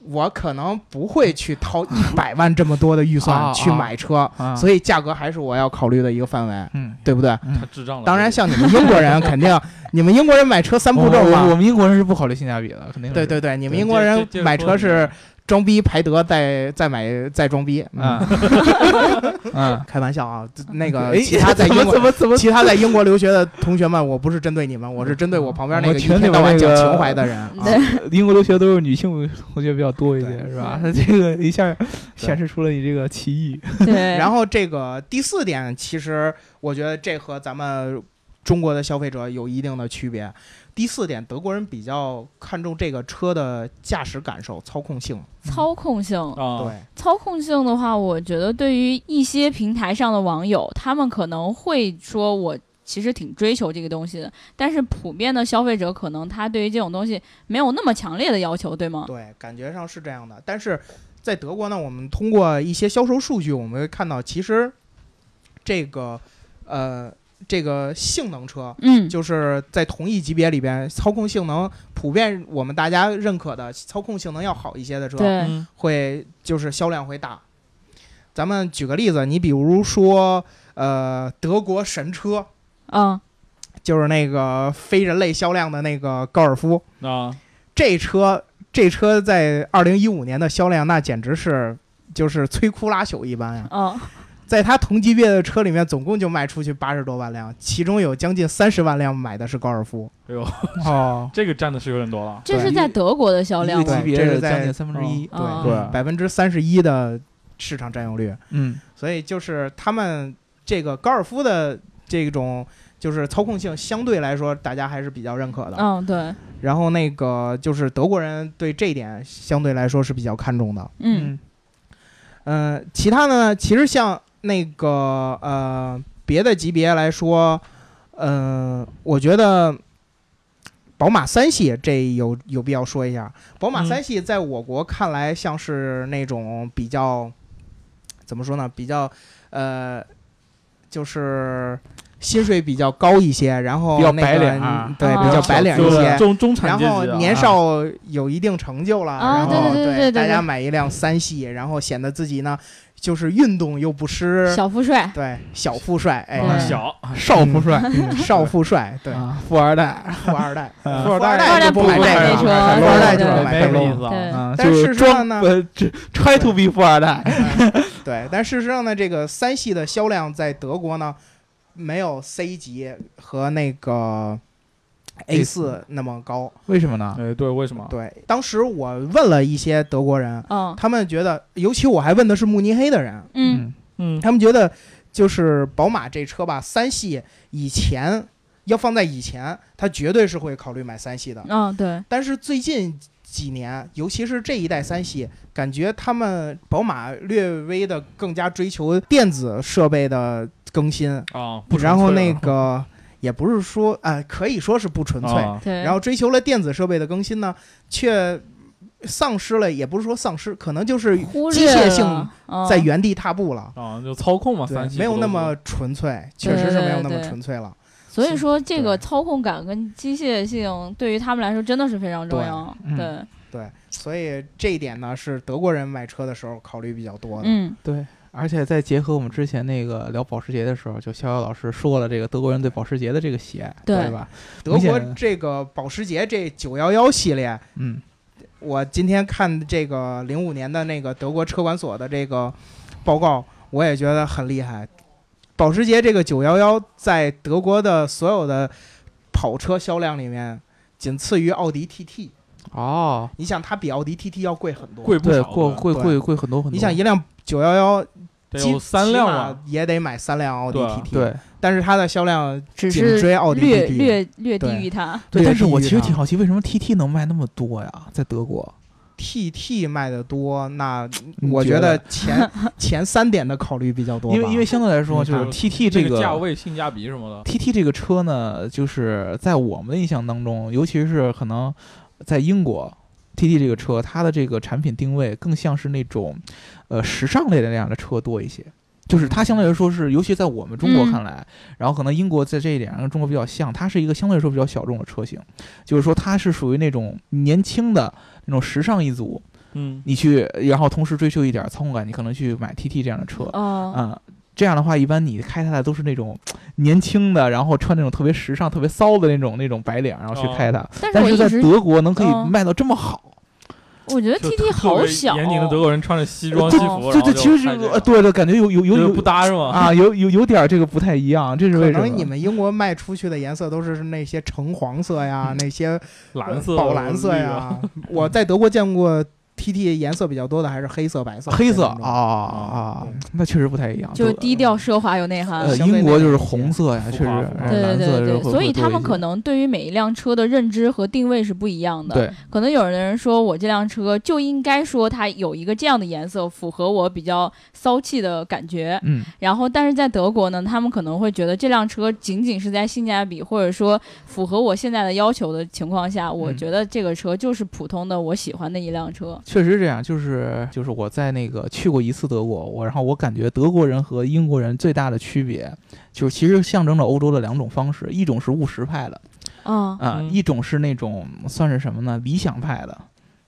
[SPEAKER 3] 我可能不会去掏一百万这么多的预
[SPEAKER 4] 啊啊
[SPEAKER 3] 算去买车，
[SPEAKER 4] 啊
[SPEAKER 3] 所以价格还是我要考虑的一个范围，
[SPEAKER 4] 嗯，
[SPEAKER 3] 对不对？
[SPEAKER 5] 他智障了。
[SPEAKER 3] 当然，像你们英国 人肯定，你们英国人买车三步骤
[SPEAKER 4] 我我我
[SPEAKER 3] 嘛，
[SPEAKER 4] 们英国人是不考虑性价比的，肯定是
[SPEAKER 3] 对对对，你们
[SPEAKER 4] 哦对
[SPEAKER 3] 英国
[SPEAKER 5] 接
[SPEAKER 3] 人
[SPEAKER 5] 接着
[SPEAKER 3] 买
[SPEAKER 5] 说
[SPEAKER 3] 车
[SPEAKER 5] 你
[SPEAKER 3] 是装逼排德，再再买再装逼，嗯，
[SPEAKER 4] 啊 啊，
[SPEAKER 3] 开玩笑啊， 那个
[SPEAKER 4] 哎
[SPEAKER 3] 其他在
[SPEAKER 4] 怎
[SPEAKER 3] 英
[SPEAKER 4] 么
[SPEAKER 3] 国
[SPEAKER 4] 怎么怎么
[SPEAKER 3] 其他在英国留学的同学们，我不是针对你们，我是针对我旁边那
[SPEAKER 4] 我
[SPEAKER 3] 个一
[SPEAKER 4] 群里
[SPEAKER 3] 天到
[SPEAKER 4] 面
[SPEAKER 3] 晚
[SPEAKER 4] 那
[SPEAKER 3] 讲
[SPEAKER 4] 个
[SPEAKER 3] 情怀的人啊。
[SPEAKER 2] 对
[SPEAKER 4] 英国留学都是女性同学比较多一些，
[SPEAKER 3] 对嗯
[SPEAKER 4] 是吧？他这个一下显示出了你这个歧义。
[SPEAKER 2] 对，
[SPEAKER 3] 然
[SPEAKER 2] 后
[SPEAKER 3] 后这个第四点，其实我觉得这和咱们中国的消费者有一定的区别。第四点，德国人比较看重这个车的驾驶感受、操控性。
[SPEAKER 2] 操控性，
[SPEAKER 5] 啊，
[SPEAKER 3] 对，
[SPEAKER 2] 操控性的话，我觉得对于一些平台上的网友，他们可能会说我。其实挺追求这个东西的，但是普遍的消费者可能他对于这种东西没有那么强烈的要求，对吗？
[SPEAKER 3] 对，感觉上是这样的。但是在德国呢，我们通过一些销售数据，我们会看到，其实这个呃，这个性能车。
[SPEAKER 2] 嗯，
[SPEAKER 3] 就是在同一级别里边，操控性能普遍我们大家认可的操控性能要好一些的车，
[SPEAKER 2] 对，
[SPEAKER 5] 嗯
[SPEAKER 3] 会就是销量会大。咱们举个例子，你比如说，呃，德国神车，
[SPEAKER 2] 嗯，
[SPEAKER 3] 就是那个非人类销量的那个高尔夫，
[SPEAKER 5] 啊，
[SPEAKER 3] 这车这车在二零一五年的销量那简直是就是摧枯拉朽一般呀、
[SPEAKER 2] 嗯，
[SPEAKER 3] 在它同级别的车里面，总共就卖出去八十多万辆，其中有将近三十万辆买的是高尔夫。
[SPEAKER 5] 哎呦，
[SPEAKER 4] 哦，
[SPEAKER 5] 这个占的是有点多了。
[SPEAKER 2] 这是在德国的销量
[SPEAKER 4] 一个
[SPEAKER 2] 吗
[SPEAKER 4] 级？别
[SPEAKER 3] 对这
[SPEAKER 4] 的
[SPEAKER 3] 是在
[SPEAKER 4] 将近三分之一。啊
[SPEAKER 2] 哦
[SPEAKER 3] 对，
[SPEAKER 5] 对
[SPEAKER 3] 百分之三十一的市场占有率。
[SPEAKER 4] 嗯，
[SPEAKER 3] 所以就是他们这个高尔夫的这种就是操控性相对来说大家还是比较认可的。
[SPEAKER 2] 嗯，对，
[SPEAKER 3] 然后那个就是德国人对这一点相对来说是比较看重的。
[SPEAKER 2] 嗯，
[SPEAKER 3] 嗯、其他的呢，其实像那个呃别的级别来说，嗯，我觉得。宝马三系这有有必要说一下。宝马
[SPEAKER 5] 嗯
[SPEAKER 3] 三系在我国看来像是那种比较，怎么说呢？比较呃，就是薪水比较高一些，然后
[SPEAKER 4] 比较
[SPEAKER 3] 那个
[SPEAKER 4] 白领啊
[SPEAKER 3] 对，
[SPEAKER 2] 啊
[SPEAKER 3] 比较白领
[SPEAKER 5] 就
[SPEAKER 3] 一
[SPEAKER 5] 是
[SPEAKER 3] 些。
[SPEAKER 5] 中中产
[SPEAKER 3] 然
[SPEAKER 5] 阶级
[SPEAKER 3] 后
[SPEAKER 5] 啊
[SPEAKER 3] 年少有一定成就了，
[SPEAKER 2] 啊
[SPEAKER 3] 然后
[SPEAKER 2] 对对对对对对
[SPEAKER 3] 大家买一辆三系，然后显得自己呢就是运动又不失，
[SPEAKER 2] 小富帅，
[SPEAKER 3] 对小富帅，哎，
[SPEAKER 2] 嗯
[SPEAKER 5] 小，
[SPEAKER 4] 少富帅
[SPEAKER 3] 嗯 少富帅，对，
[SPEAKER 4] 啊，富二代
[SPEAKER 3] 富二代，
[SPEAKER 4] 嗯
[SPEAKER 3] 富
[SPEAKER 5] 富二代
[SPEAKER 3] 就
[SPEAKER 2] 不
[SPEAKER 3] 买
[SPEAKER 2] 买
[SPEAKER 3] 这
[SPEAKER 2] 这
[SPEAKER 3] 个
[SPEAKER 2] 车
[SPEAKER 3] 了富二代就
[SPEAKER 2] 对
[SPEAKER 3] 不
[SPEAKER 2] 对
[SPEAKER 3] 买
[SPEAKER 5] 没
[SPEAKER 3] 这
[SPEAKER 5] 什
[SPEAKER 3] 个
[SPEAKER 5] 么
[SPEAKER 3] 了
[SPEAKER 5] 意思啊。
[SPEAKER 2] 对，
[SPEAKER 4] 啊，
[SPEAKER 3] 嗯但
[SPEAKER 4] 就是是
[SPEAKER 3] 事实上
[SPEAKER 4] 装
[SPEAKER 3] 呢
[SPEAKER 4] 呃 这 try to be 富二代。
[SPEAKER 3] 对，但事实上呢，这个三系的销量在德国呢，没有 C 级和那个 A 四那么高。
[SPEAKER 4] 为什么呢？
[SPEAKER 5] 哎，对，为什么？
[SPEAKER 3] 对，当时我问了一些德国人，
[SPEAKER 2] 嗯
[SPEAKER 3] 他们觉得，尤其我还问的是慕尼黑的人，
[SPEAKER 2] 嗯，
[SPEAKER 5] 嗯，
[SPEAKER 3] 他们觉得就是宝马这车吧，三系以前要放在以前，他绝对是会考虑买三系的。
[SPEAKER 2] 嗯，对，
[SPEAKER 3] 但是最近几年，尤其是这一代三系，感觉他们宝马略微的更加追求电子设备的更新，
[SPEAKER 5] 啊，不纯粹了，
[SPEAKER 3] 然后那个也不是说啊、可以说是不纯粹，
[SPEAKER 5] 啊
[SPEAKER 2] 对，
[SPEAKER 3] 然后追求了电子设备的更新呢，却丧失了，也不是说丧失，可能就是
[SPEAKER 2] 忽
[SPEAKER 3] 机
[SPEAKER 2] 略
[SPEAKER 3] 械性
[SPEAKER 2] 了嗯
[SPEAKER 3] 在原地踏步了。
[SPEAKER 5] 啊，就操控嘛，
[SPEAKER 3] 对
[SPEAKER 5] 三系
[SPEAKER 3] 没有
[SPEAKER 5] 不
[SPEAKER 3] 那
[SPEAKER 5] 都是
[SPEAKER 3] 么纯粹，确实是没有那么
[SPEAKER 2] 对对
[SPEAKER 3] 纯粹了。
[SPEAKER 2] 所以说，这个
[SPEAKER 3] 对
[SPEAKER 2] 操控感跟机械性对于他们来说真的是非常重要。
[SPEAKER 4] 对啊嗯
[SPEAKER 2] 对，
[SPEAKER 3] 对，所以这一点呢，是德国人买车的时候考虑比较多的。
[SPEAKER 2] 嗯，
[SPEAKER 4] 对，而且再结合我们之前那个聊保时捷的时候，就逍遥老师说了这个德国人对保时捷的这个喜爱，
[SPEAKER 2] 对
[SPEAKER 4] 对吧？
[SPEAKER 3] 德国
[SPEAKER 4] 明显
[SPEAKER 3] 这个保时捷这九幺幺系列，
[SPEAKER 4] 嗯，
[SPEAKER 3] 我今天看这个零五年的那个德国车管所的这个报告，我也觉得很厉害。保时捷这个九幺幺在德国的所有的跑车销量里面，仅次于奥迪 TT。
[SPEAKER 4] 哦，
[SPEAKER 3] 你想，它比奥迪 TT 要贵很多。
[SPEAKER 5] 贵不
[SPEAKER 4] 对，
[SPEAKER 5] 少的，
[SPEAKER 4] 贵贵贵贵很多很多。
[SPEAKER 3] 你想，一辆九幺幺，
[SPEAKER 5] 得
[SPEAKER 3] 基
[SPEAKER 5] 有三辆
[SPEAKER 3] 起
[SPEAKER 5] 吧
[SPEAKER 3] 码，也得买三辆奥迪
[SPEAKER 5] 对啊
[SPEAKER 3] TT。
[SPEAKER 4] 对
[SPEAKER 3] 但是它的销量
[SPEAKER 2] 只
[SPEAKER 3] 紧
[SPEAKER 2] 是
[SPEAKER 3] 追奥迪
[SPEAKER 2] 略啊
[SPEAKER 3] TT
[SPEAKER 2] 略略低
[SPEAKER 3] 对
[SPEAKER 2] 于它。
[SPEAKER 3] 对
[SPEAKER 4] 但是我
[SPEAKER 3] 地域
[SPEAKER 4] 其实
[SPEAKER 3] 上
[SPEAKER 4] 挺好奇，为什么 TT 能卖那么多呀？在德国，
[SPEAKER 3] TT 卖的多，那
[SPEAKER 4] 你
[SPEAKER 3] 我
[SPEAKER 4] 觉
[SPEAKER 3] 得 前前三点的考虑比较多吧，
[SPEAKER 4] 因为因为相对来说，
[SPEAKER 3] 嗯
[SPEAKER 4] 就是
[SPEAKER 5] 嗯这
[SPEAKER 4] TT 这
[SPEAKER 5] 个
[SPEAKER 4] 个
[SPEAKER 5] 价位、性价比什么的，
[SPEAKER 4] TT 这个车呢，就是在我们的印象当中，尤其是可能在英国，TT 这个车它的这个产品定位更像是那种，呃，时尚类的那样的车多一些。就是它相对来说是，尤其在我们中国看来，然后可能英国在这一点上跟中国比较像，它是一个相对来说比较小众的车型，就是说它是属于那种年轻的那种时尚一族，
[SPEAKER 5] 嗯，
[SPEAKER 4] 你去，然后同时追求一点操控感，你可能去买 TT 这样的车，
[SPEAKER 2] 哦，
[SPEAKER 4] 啊、这样的话，一般你开它的都是那种年轻的，然后穿那种特别时尚、特别骚的那种那种白领，然后去开它。
[SPEAKER 2] 哦但是
[SPEAKER 4] 但
[SPEAKER 2] 我
[SPEAKER 4] 是
[SPEAKER 2] 一
[SPEAKER 4] 在
[SPEAKER 2] 直
[SPEAKER 4] 德国能可
[SPEAKER 2] 嗯
[SPEAKER 4] 以卖到这么好，
[SPEAKER 2] 我觉得
[SPEAKER 5] 就
[SPEAKER 2] T
[SPEAKER 5] 特
[SPEAKER 2] T 好小，哦
[SPEAKER 5] 严谨的德国人穿着西装西服，
[SPEAKER 4] 这这其实是呃，对对，感觉有有有
[SPEAKER 5] 有
[SPEAKER 4] 有
[SPEAKER 5] 不搭是吗？
[SPEAKER 4] 啊，有有有点儿这个不太一样，这是
[SPEAKER 3] 可
[SPEAKER 4] 为什么？
[SPEAKER 3] 能你们英国卖出去的颜色都是那些橙黄色
[SPEAKER 4] 嗯
[SPEAKER 3] 呀，那些
[SPEAKER 5] 蓝色、啊
[SPEAKER 3] 宝蓝色
[SPEAKER 4] 啊
[SPEAKER 3] 呀。 我在德国见过 TT 颜色比较多的还是黑色、白色、
[SPEAKER 4] 黑色
[SPEAKER 3] 这
[SPEAKER 4] 啊
[SPEAKER 3] 种
[SPEAKER 4] 啊
[SPEAKER 5] 嗯
[SPEAKER 3] 对，
[SPEAKER 4] 那确实不太一样。
[SPEAKER 2] 就是
[SPEAKER 4] 德
[SPEAKER 2] 低调奢华有内涵。
[SPEAKER 4] 呃，
[SPEAKER 3] 相对
[SPEAKER 4] 英
[SPEAKER 3] 那
[SPEAKER 4] 国就
[SPEAKER 3] 个
[SPEAKER 4] 是
[SPEAKER 3] 一些
[SPEAKER 4] 红色呀，
[SPEAKER 5] 浮
[SPEAKER 4] 确实
[SPEAKER 5] 夸浮
[SPEAKER 4] 然
[SPEAKER 5] 夸
[SPEAKER 4] 后
[SPEAKER 2] 对
[SPEAKER 4] 蓝
[SPEAKER 2] 对
[SPEAKER 4] 色
[SPEAKER 2] 对
[SPEAKER 4] 就
[SPEAKER 2] 对，
[SPEAKER 4] 会
[SPEAKER 2] 所以
[SPEAKER 4] 会多
[SPEAKER 2] 他
[SPEAKER 4] 一
[SPEAKER 2] 们
[SPEAKER 4] 些
[SPEAKER 2] 可能对于每一辆车的认知和定位是不一样的。
[SPEAKER 4] 对
[SPEAKER 2] 可能有的人说我这辆车就应该说它有一个这样的颜色，符合我比较骚气的感觉。
[SPEAKER 4] 嗯
[SPEAKER 2] 然后，但是在德国呢，他们可能会觉得这辆车仅仅是在性价比或者说符合我现在的要求的情况下，我
[SPEAKER 4] 嗯
[SPEAKER 2] 觉得这个车就是普通的我喜欢的一辆车。
[SPEAKER 4] 确实这样，就是就是我在那个去过一次德国，我然后我感觉德国人和英国人最大的区别，就是其实象征着欧洲的两种方式，一种是务实派的
[SPEAKER 2] 啊、
[SPEAKER 4] 啊、
[SPEAKER 5] 嗯
[SPEAKER 4] 一种是那种算是什么呢？理想派的，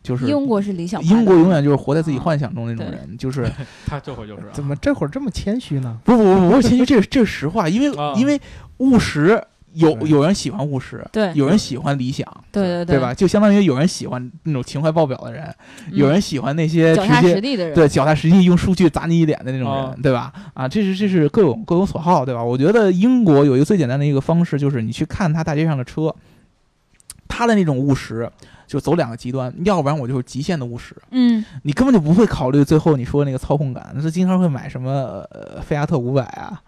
[SPEAKER 4] 就是
[SPEAKER 2] 英国是理想派的，
[SPEAKER 4] 英国永远就是活在自己幻想中那
[SPEAKER 5] 啊
[SPEAKER 4] 种人，就是
[SPEAKER 5] 他这会就是啊
[SPEAKER 3] 怎么这会儿这么谦虚呢？
[SPEAKER 4] 不不不不是，其实这是这是实话，因为、
[SPEAKER 5] 啊
[SPEAKER 4] 因为务实有
[SPEAKER 3] 对
[SPEAKER 4] 有人喜欢务实，
[SPEAKER 2] 对
[SPEAKER 4] 有人喜欢理想，
[SPEAKER 2] 对对
[SPEAKER 4] 对吧？？就相当于有人喜欢那种情怀爆表的人，有人喜欢那些
[SPEAKER 2] 嗯
[SPEAKER 4] 直
[SPEAKER 2] 脚踏
[SPEAKER 4] 接
[SPEAKER 2] 实地的人，
[SPEAKER 4] 对，脚踏实地用数据砸你一脸的那种人，
[SPEAKER 5] 啊
[SPEAKER 4] 对吧？啊，这是这是各有各有所好，对吧？我觉得英国有一个最简单的一个方式，就是你去看他大街上的车，他的那种务实。就走两个极端，要不然我就是极限的务实，
[SPEAKER 2] 嗯，
[SPEAKER 4] 你根本就不会考虑最后你说那个操控感，是经常会买什么呃菲亚特五百啊，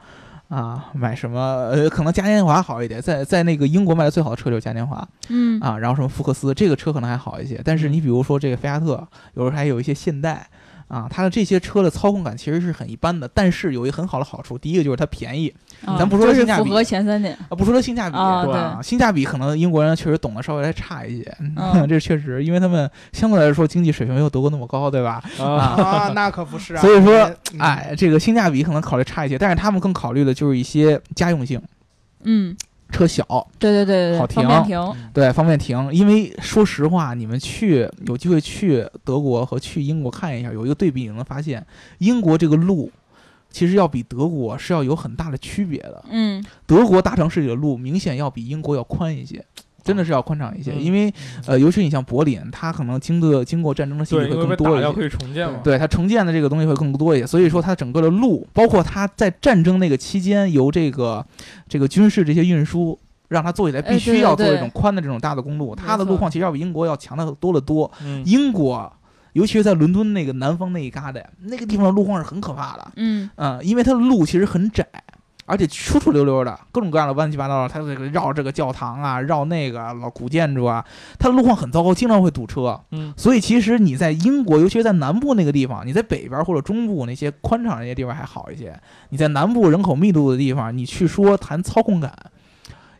[SPEAKER 4] 啊买什么呃可能嘉年华好一点，在在那个英国卖的最好的车就是嘉年华，
[SPEAKER 2] 嗯
[SPEAKER 4] 啊，然后什么福克斯，这个车可能还好一些，但是你比如说这个菲亚特，有时候还有一些现代。啊，它的这些车的操控感其实是很一般的，但是有一个很好的好处，第一个就是它便宜，
[SPEAKER 2] 啊
[SPEAKER 4] 嗯咱不说
[SPEAKER 2] 就
[SPEAKER 4] 性
[SPEAKER 2] 是
[SPEAKER 4] 价
[SPEAKER 2] 符
[SPEAKER 4] 比
[SPEAKER 2] 合前三点，
[SPEAKER 4] 啊，不说它性价比，
[SPEAKER 2] 啊
[SPEAKER 4] 对吧？性价比可能英国人确实懂得稍微还差一些，
[SPEAKER 2] 嗯
[SPEAKER 4] 这确实，因为他们相对来说经济水平没有德国那么高，对吧？
[SPEAKER 5] 啊，
[SPEAKER 3] 啊，那可不是啊。
[SPEAKER 4] 所以说
[SPEAKER 3] 嗯，
[SPEAKER 4] 哎，这个性价比可能考虑差一些，但是他们更考虑的就是一些家用性，
[SPEAKER 2] 嗯，
[SPEAKER 4] 车小，
[SPEAKER 2] 对对对对，
[SPEAKER 4] 好
[SPEAKER 2] 对，
[SPEAKER 4] 停啊
[SPEAKER 2] 方便停，
[SPEAKER 4] 对，方便停。因为说实话，你们去有机会去德国和去英国看一下，有一个对比，你能发现英国这个路其实要比德国是要有很大的区别的。
[SPEAKER 2] 嗯，
[SPEAKER 4] 德国大城市里的路明显要比英国要宽一些，真的是要宽敞一些。
[SPEAKER 5] 嗯
[SPEAKER 4] 因为呃，尤其你像柏林，它可能经过经过战争的洗礼
[SPEAKER 5] 对，
[SPEAKER 4] 会
[SPEAKER 5] 因为
[SPEAKER 4] 更
[SPEAKER 5] 被
[SPEAKER 4] 多
[SPEAKER 5] 打
[SPEAKER 4] 一
[SPEAKER 5] 掉
[SPEAKER 4] 些。
[SPEAKER 5] 可以重建嘛，
[SPEAKER 4] 对它承建的这个东西会更多一些，所以说它整个的路，包括它在战争那个期间，由这个这个军事这些运输，让它做起来
[SPEAKER 2] 哎
[SPEAKER 4] 必须
[SPEAKER 2] 对
[SPEAKER 4] 要
[SPEAKER 2] 对
[SPEAKER 4] 做
[SPEAKER 2] 对
[SPEAKER 4] 这种宽的这种大的公路，它
[SPEAKER 2] 没
[SPEAKER 4] 的
[SPEAKER 2] 错
[SPEAKER 4] 路况其实要比英国要强的多得多。
[SPEAKER 5] 嗯，
[SPEAKER 4] 英国，尤其是在伦敦那个南方那一旮瘩，那个地方的路况是很可怕的，
[SPEAKER 2] 嗯，
[SPEAKER 4] 嗯，因为它的路其实很窄。而且出出溜溜的，各种各样的弯七八糟的，它这个绕这个教堂啊，绕那个老古建筑啊，它的路况很糟糕，经常会堵车。
[SPEAKER 5] 嗯
[SPEAKER 4] 所以其实你在英国，尤其是在南部那个地方，你在北边或者中部那些宽敞那些地方还好一些。你在南部人口密度的地方，你去说谈操控感，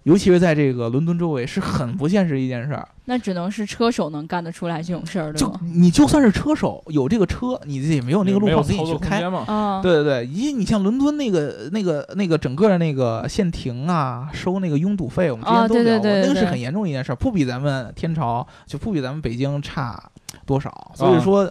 [SPEAKER 4] 尤其是在这个伦敦周围，是很不现实的一件事儿。
[SPEAKER 2] 那只能是车手能干得出来这种事儿，对
[SPEAKER 4] 就
[SPEAKER 2] 吗？
[SPEAKER 4] 你就算是车手有这个车，你自己没有那个路
[SPEAKER 5] 嗯没有
[SPEAKER 4] 况自己
[SPEAKER 5] 操
[SPEAKER 4] 去
[SPEAKER 5] 作空
[SPEAKER 4] 开。
[SPEAKER 5] 间嘛，
[SPEAKER 2] 啊，
[SPEAKER 4] 对对对，以你像伦敦那个、那个、那个整个的那个限停啊，收那个拥堵费，我们之前
[SPEAKER 2] 哦
[SPEAKER 4] 都
[SPEAKER 2] 对对
[SPEAKER 4] 聊过，
[SPEAKER 2] 对
[SPEAKER 4] 那个
[SPEAKER 2] 对
[SPEAKER 4] 是很严重的一件事儿，不比咱们天朝就不比咱们北京差多少。所以说，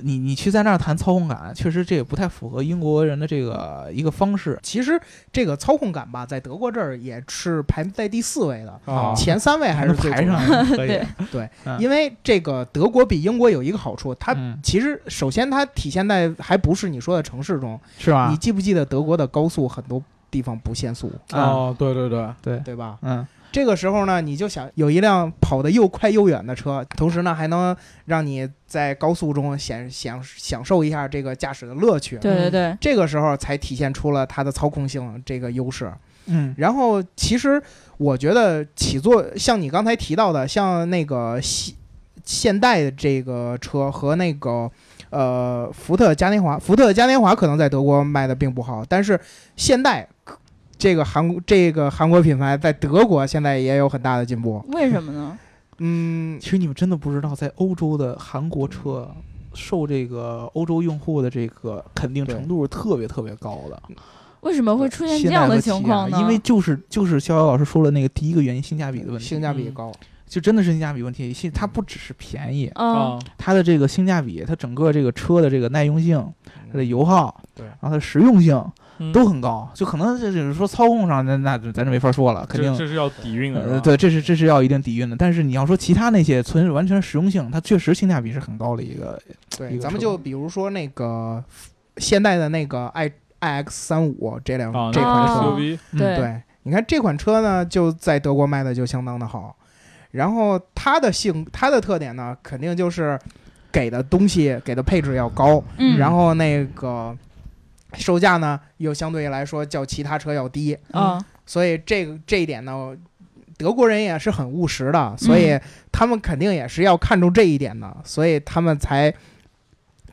[SPEAKER 4] 你你去在那儿谈操控感，确实这也不太符合英国人的这个一个方式。
[SPEAKER 3] 其实这个操控感吧，在德国这儿也是排在第四位的，
[SPEAKER 5] 啊
[SPEAKER 3] 前三位还是
[SPEAKER 4] 能
[SPEAKER 3] 最
[SPEAKER 4] 排
[SPEAKER 3] 主要
[SPEAKER 4] 上
[SPEAKER 3] 的。
[SPEAKER 4] 可以
[SPEAKER 2] 对，
[SPEAKER 4] 嗯
[SPEAKER 3] 因为这个德国比英国有一个好处，它
[SPEAKER 4] 嗯
[SPEAKER 3] 其实首先它体现在还不是你说的城市中。
[SPEAKER 4] 是
[SPEAKER 3] 你
[SPEAKER 5] 啊
[SPEAKER 4] 吧？
[SPEAKER 3] 记不记得德国的高速很多地方不限速，
[SPEAKER 4] 啊，
[SPEAKER 5] 哦，对对对，
[SPEAKER 4] 对，
[SPEAKER 3] 对吧？
[SPEAKER 4] 嗯，
[SPEAKER 3] 这个时候呢，你就想有一辆跑得又快又远的车，同时呢还能让你在高速中享享享受一下这个驾驶的乐趣。
[SPEAKER 2] 对对
[SPEAKER 4] 嗯
[SPEAKER 2] 对，
[SPEAKER 3] 这个时候才体现出了它的操控性这个优势。
[SPEAKER 4] 嗯，
[SPEAKER 3] 然后其实我觉得起坐，像你刚才提到的，像那个西现代的这个车和那个呃福特嘉年华，福特嘉年华可能在德国卖的并不好，但是现代这个韩这个韩国品牌在德国现在也有很大的进步。
[SPEAKER 2] 为什么呢？
[SPEAKER 3] 嗯，
[SPEAKER 4] 其实你们真的不知道，在欧洲的韩国车受这个欧洲用户的这个肯定程度是特别特别高的。
[SPEAKER 2] 为什么会出现这
[SPEAKER 4] 代
[SPEAKER 2] 样
[SPEAKER 4] 呃和
[SPEAKER 2] 的
[SPEAKER 4] 起亚
[SPEAKER 2] 情况呢？
[SPEAKER 4] 因为就是就是逍遥老师说了那个第一个原因，性价比的问题，
[SPEAKER 3] 性价比
[SPEAKER 5] 嗯
[SPEAKER 3] 高，啊
[SPEAKER 4] 就真的是性价比问题。性它不只是便宜，
[SPEAKER 2] 嗯，
[SPEAKER 5] 啊，
[SPEAKER 4] 它的这个性价比，它整个这个车的这个耐用性、它的油耗，
[SPEAKER 3] 对
[SPEAKER 4] 然后它的实用性
[SPEAKER 5] 嗯
[SPEAKER 4] 都很高。就可能这就是说操控上，那那咱就没法说了，肯定
[SPEAKER 5] 这这是要底蕴的，是吧啊
[SPEAKER 4] 呃，对，这是这是要一定底蕴的，但是你要说其他那些纯完全实用性，它确实性价比是很高的一个。一
[SPEAKER 3] 对，
[SPEAKER 4] 个
[SPEAKER 3] 咱们
[SPEAKER 4] 车
[SPEAKER 3] 就比如说那个现代的那个 i i x 三五这辆、
[SPEAKER 5] 啊，
[SPEAKER 3] 这款车，
[SPEAKER 2] 哦
[SPEAKER 5] 牛逼，
[SPEAKER 4] 嗯
[SPEAKER 2] 对
[SPEAKER 3] 对，你看这款车呢，就在德国卖的就相当的好。然后它的性，它的特点呢，肯定就是给的东西、给的配置要高，
[SPEAKER 2] 嗯，
[SPEAKER 3] 然后那个售价呢又相对来说较其他车要低，
[SPEAKER 2] 嗯，
[SPEAKER 3] 所以这个这一点呢，德国人也是很务实的，所
[SPEAKER 2] 嗯
[SPEAKER 3] 以他们肯定也是要看重这一点的，所以他们才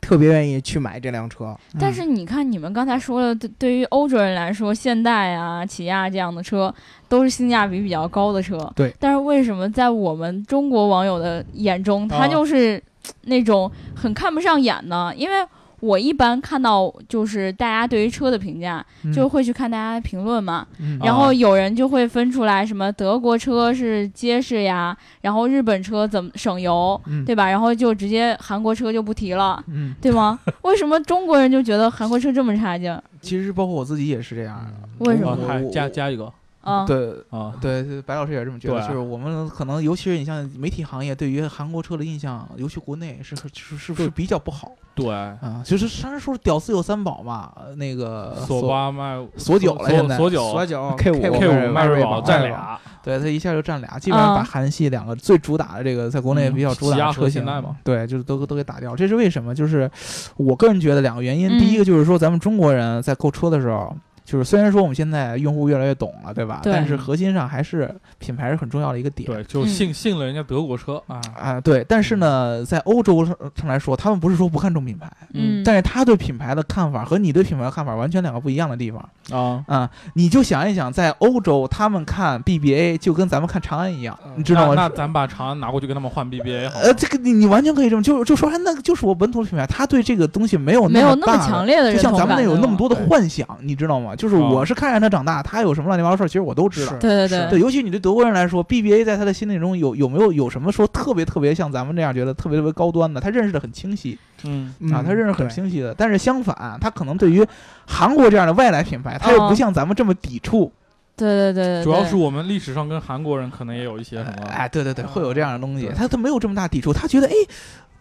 [SPEAKER 3] 特别愿意去买这辆车。
[SPEAKER 2] 但是你看，你们刚才说了，对对于欧洲人来说，现代啊、起亚这样的车都是性价比比较高的车。
[SPEAKER 4] 对。
[SPEAKER 2] 但是为什么在我们中国网友的眼中，它
[SPEAKER 5] 啊
[SPEAKER 2] 就是嘖那种很看不上眼呢？因为我一般看到就是大家对于车的评价，
[SPEAKER 4] 嗯
[SPEAKER 2] 就会去看大家的评论嘛。
[SPEAKER 4] 嗯
[SPEAKER 5] 啊
[SPEAKER 2] 然后有人就会分出来什么德国车是结实呀，然后日本车怎么省油，
[SPEAKER 4] 嗯
[SPEAKER 2] 对吧？然后就直接韩国车就不提了。
[SPEAKER 4] 嗯，
[SPEAKER 2] 对吗？ 为什么中国人就觉得韩国车这么差劲儿？
[SPEAKER 4] 其实包括我自己也是这样的。
[SPEAKER 2] 为什
[SPEAKER 5] 啊
[SPEAKER 2] 么
[SPEAKER 4] 我
[SPEAKER 5] 还
[SPEAKER 4] 我
[SPEAKER 5] 加加一个
[SPEAKER 2] 啊？
[SPEAKER 4] 嗯对
[SPEAKER 5] 啊，
[SPEAKER 4] 对对，白老师也是这么觉得，
[SPEAKER 5] 对啊
[SPEAKER 4] 就是我们可能，尤其是你像媒体行业，对于韩国车的印象，尤其国内是是是是比较不好
[SPEAKER 5] 对，
[SPEAKER 4] 啊。就是上次说“屌丝有三宝”嘛，呃那个
[SPEAKER 5] 索八卖
[SPEAKER 4] 索九了
[SPEAKER 5] 索
[SPEAKER 4] 现在
[SPEAKER 5] 索
[SPEAKER 3] 索
[SPEAKER 5] 九
[SPEAKER 3] 九
[SPEAKER 4] K5
[SPEAKER 3] K
[SPEAKER 5] K 五迈
[SPEAKER 4] 迈锐
[SPEAKER 5] 锐宝
[SPEAKER 4] 宝
[SPEAKER 5] 占
[SPEAKER 4] 迈锐
[SPEAKER 5] 俩，
[SPEAKER 4] 对他一下就占俩，基本上把
[SPEAKER 2] 啊
[SPEAKER 4] 韩系两个最主打的这个在国内
[SPEAKER 5] 嗯
[SPEAKER 4] 比较主打的车
[SPEAKER 5] 起亚和
[SPEAKER 4] 型，
[SPEAKER 5] 现代嘛
[SPEAKER 4] 对，就是都都给打掉。这是为什么？就是我个人觉得两个原因，
[SPEAKER 2] 嗯
[SPEAKER 4] 第一个就是说咱们中国人在购车的时候。就是虽然说我们现在用户越来越懂了，对吧？
[SPEAKER 2] 对
[SPEAKER 4] 但是核心上还是品牌是很重要的一个点。
[SPEAKER 5] 对，就
[SPEAKER 2] 嗯
[SPEAKER 5] 信信了人家德国车啊，
[SPEAKER 4] 啊，对。但是呢，在欧洲上上来说，他们不是说不看重品牌，
[SPEAKER 2] 嗯，
[SPEAKER 4] 但是他对品牌的看法和你对品牌的看法完全两个不一样的地方
[SPEAKER 5] 啊，
[SPEAKER 4] 啊、你就想一想，在欧洲，他们看 BBA 就跟咱们看长安一样，啊你知道吗？
[SPEAKER 5] 那那咱把长安拿过去跟他们换 BBA 好吗，
[SPEAKER 4] 呃，这个你你完全可以这么就就说，哎，那个就是我本土的品牌，他对这个东西没有
[SPEAKER 2] 没有那
[SPEAKER 4] 大
[SPEAKER 2] 么
[SPEAKER 4] 的
[SPEAKER 2] 强烈的
[SPEAKER 4] 就
[SPEAKER 2] 认
[SPEAKER 4] 像
[SPEAKER 2] 同
[SPEAKER 4] 咱
[SPEAKER 2] 感，
[SPEAKER 4] 们那有那
[SPEAKER 2] 对
[SPEAKER 4] 么
[SPEAKER 2] 吧
[SPEAKER 4] 多的幻想，你知道吗？就是
[SPEAKER 5] 哦
[SPEAKER 4] 我是看着他长大，他有什么乱七八糟事儿，其实我都知道
[SPEAKER 3] 是。
[SPEAKER 2] 对
[SPEAKER 3] 是
[SPEAKER 2] 对
[SPEAKER 4] 对，，尤其你对德国人来说，BBA 在他的心里中有有没有有什么说特别特别像咱们这样觉得特别特别高端的？他认识的很清晰
[SPEAKER 5] 嗯，
[SPEAKER 3] 嗯
[SPEAKER 4] 啊，他认识很
[SPEAKER 3] 对
[SPEAKER 4] 清晰的。但是相反，他可能对于韩国这样的外来品牌，他又
[SPEAKER 2] 哦
[SPEAKER 4] 不像咱们这么抵触。
[SPEAKER 2] 对对对，
[SPEAKER 5] 主要
[SPEAKER 2] 呃对
[SPEAKER 5] 是我们历史上跟韩国人可能也有一
[SPEAKER 3] 哦
[SPEAKER 5] 些什么，
[SPEAKER 4] 哎，对对对，会
[SPEAKER 2] 哦
[SPEAKER 4] 有这样的东西
[SPEAKER 5] 对，
[SPEAKER 4] 他他没有这么大抵触，他觉得哎，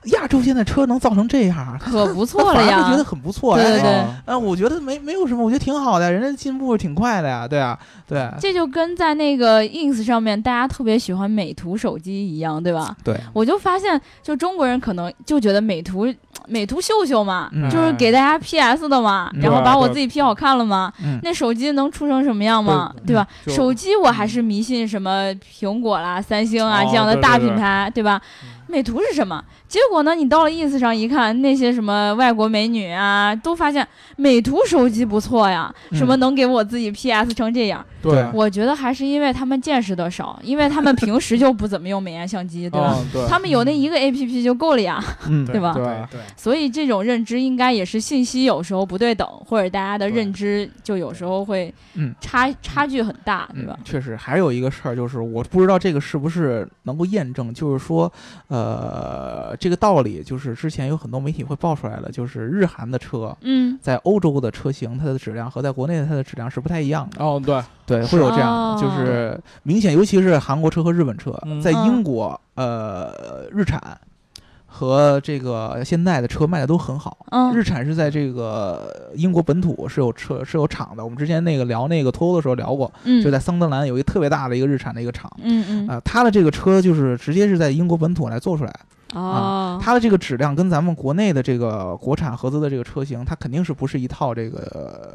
[SPEAKER 4] 亚洲现在车能造成这样，
[SPEAKER 2] 可不
[SPEAKER 4] 他
[SPEAKER 2] 错了
[SPEAKER 4] 反而
[SPEAKER 2] 呀
[SPEAKER 4] 会觉，得很不错，
[SPEAKER 2] 对
[SPEAKER 4] 哎
[SPEAKER 2] 对对
[SPEAKER 5] 啊
[SPEAKER 4] 啊，我觉得没没有什么，我觉得挺好的，人家进步挺快的呀，对啊，对
[SPEAKER 2] 这就跟在那个 ins 上面大家特别喜欢美图手机一样，对吧？
[SPEAKER 4] 对，
[SPEAKER 2] 我就发现，就中国人可能就觉得美图美图秀秀嘛，
[SPEAKER 4] 嗯
[SPEAKER 2] 就是给大家 PS 的嘛，
[SPEAKER 4] 嗯
[SPEAKER 2] 然后
[SPEAKER 5] 对啊
[SPEAKER 2] 把我
[SPEAKER 5] 对
[SPEAKER 2] 自己 P 好看了嘛。
[SPEAKER 4] 嗯
[SPEAKER 2] 那手机能出成什么样嘛？
[SPEAKER 5] 对嗯
[SPEAKER 2] 对吧？
[SPEAKER 5] 就
[SPEAKER 2] 手机我还是迷信什么苹果啦、三星啊
[SPEAKER 5] 哦
[SPEAKER 2] 这样的
[SPEAKER 5] 对
[SPEAKER 2] 大
[SPEAKER 5] 对嗯
[SPEAKER 2] 品
[SPEAKER 5] 对
[SPEAKER 2] 牌，对吧？美图是什么？结果呢，你到了 ins 上一看，那些什么外国美女啊，都发现美图手机不错呀，什么
[SPEAKER 4] 嗯
[SPEAKER 2] 能给我自己 PS 成这样？
[SPEAKER 5] 对，
[SPEAKER 2] 我觉得还是因为他们见识的少，因为他们平时就不怎么用美颜相机，对吧？
[SPEAKER 5] 嗯对，
[SPEAKER 2] 他们有那一个 A P P 就够了呀，
[SPEAKER 4] 哦嗯
[SPEAKER 2] 对吧？
[SPEAKER 5] 对
[SPEAKER 3] 对
[SPEAKER 2] 所以这种认知应该也是信息有时候不对等，或者大家的认知就有时候会
[SPEAKER 4] 嗯
[SPEAKER 2] 差差距很大，对吧
[SPEAKER 4] 嗯？，确实，还有一个事儿就是，我不知道这个是不是能够验证，就是说，呃，这个道理就是之前有很多媒体会爆出来的，就是日韩的车
[SPEAKER 2] 嗯，
[SPEAKER 4] 在欧洲的车型，它的质量和在国内的它的质量是不太一样的。
[SPEAKER 5] 哦对，
[SPEAKER 4] 对，会有这样的，就
[SPEAKER 2] 哦
[SPEAKER 4] 是明显，尤其是韩国车和日本车，
[SPEAKER 5] 嗯
[SPEAKER 4] 在
[SPEAKER 2] 嗯
[SPEAKER 4] 英国，呃，日产和这个现代的车卖的都很好。
[SPEAKER 2] 嗯
[SPEAKER 4] 日产是在这个英国本土是有车是有厂的，我们之前那个聊那个脱欧的时候聊过，
[SPEAKER 2] 嗯，
[SPEAKER 4] 就在桑德兰有一个特别大的一个日产的一个厂。
[SPEAKER 2] 嗯嗯
[SPEAKER 4] 啊，它的这个车就是直接是在英国本土来做出来，
[SPEAKER 2] 哦，
[SPEAKER 4] 它的这个质量跟咱们国内的这个国产合资的这个车型，它肯定是不是一套这个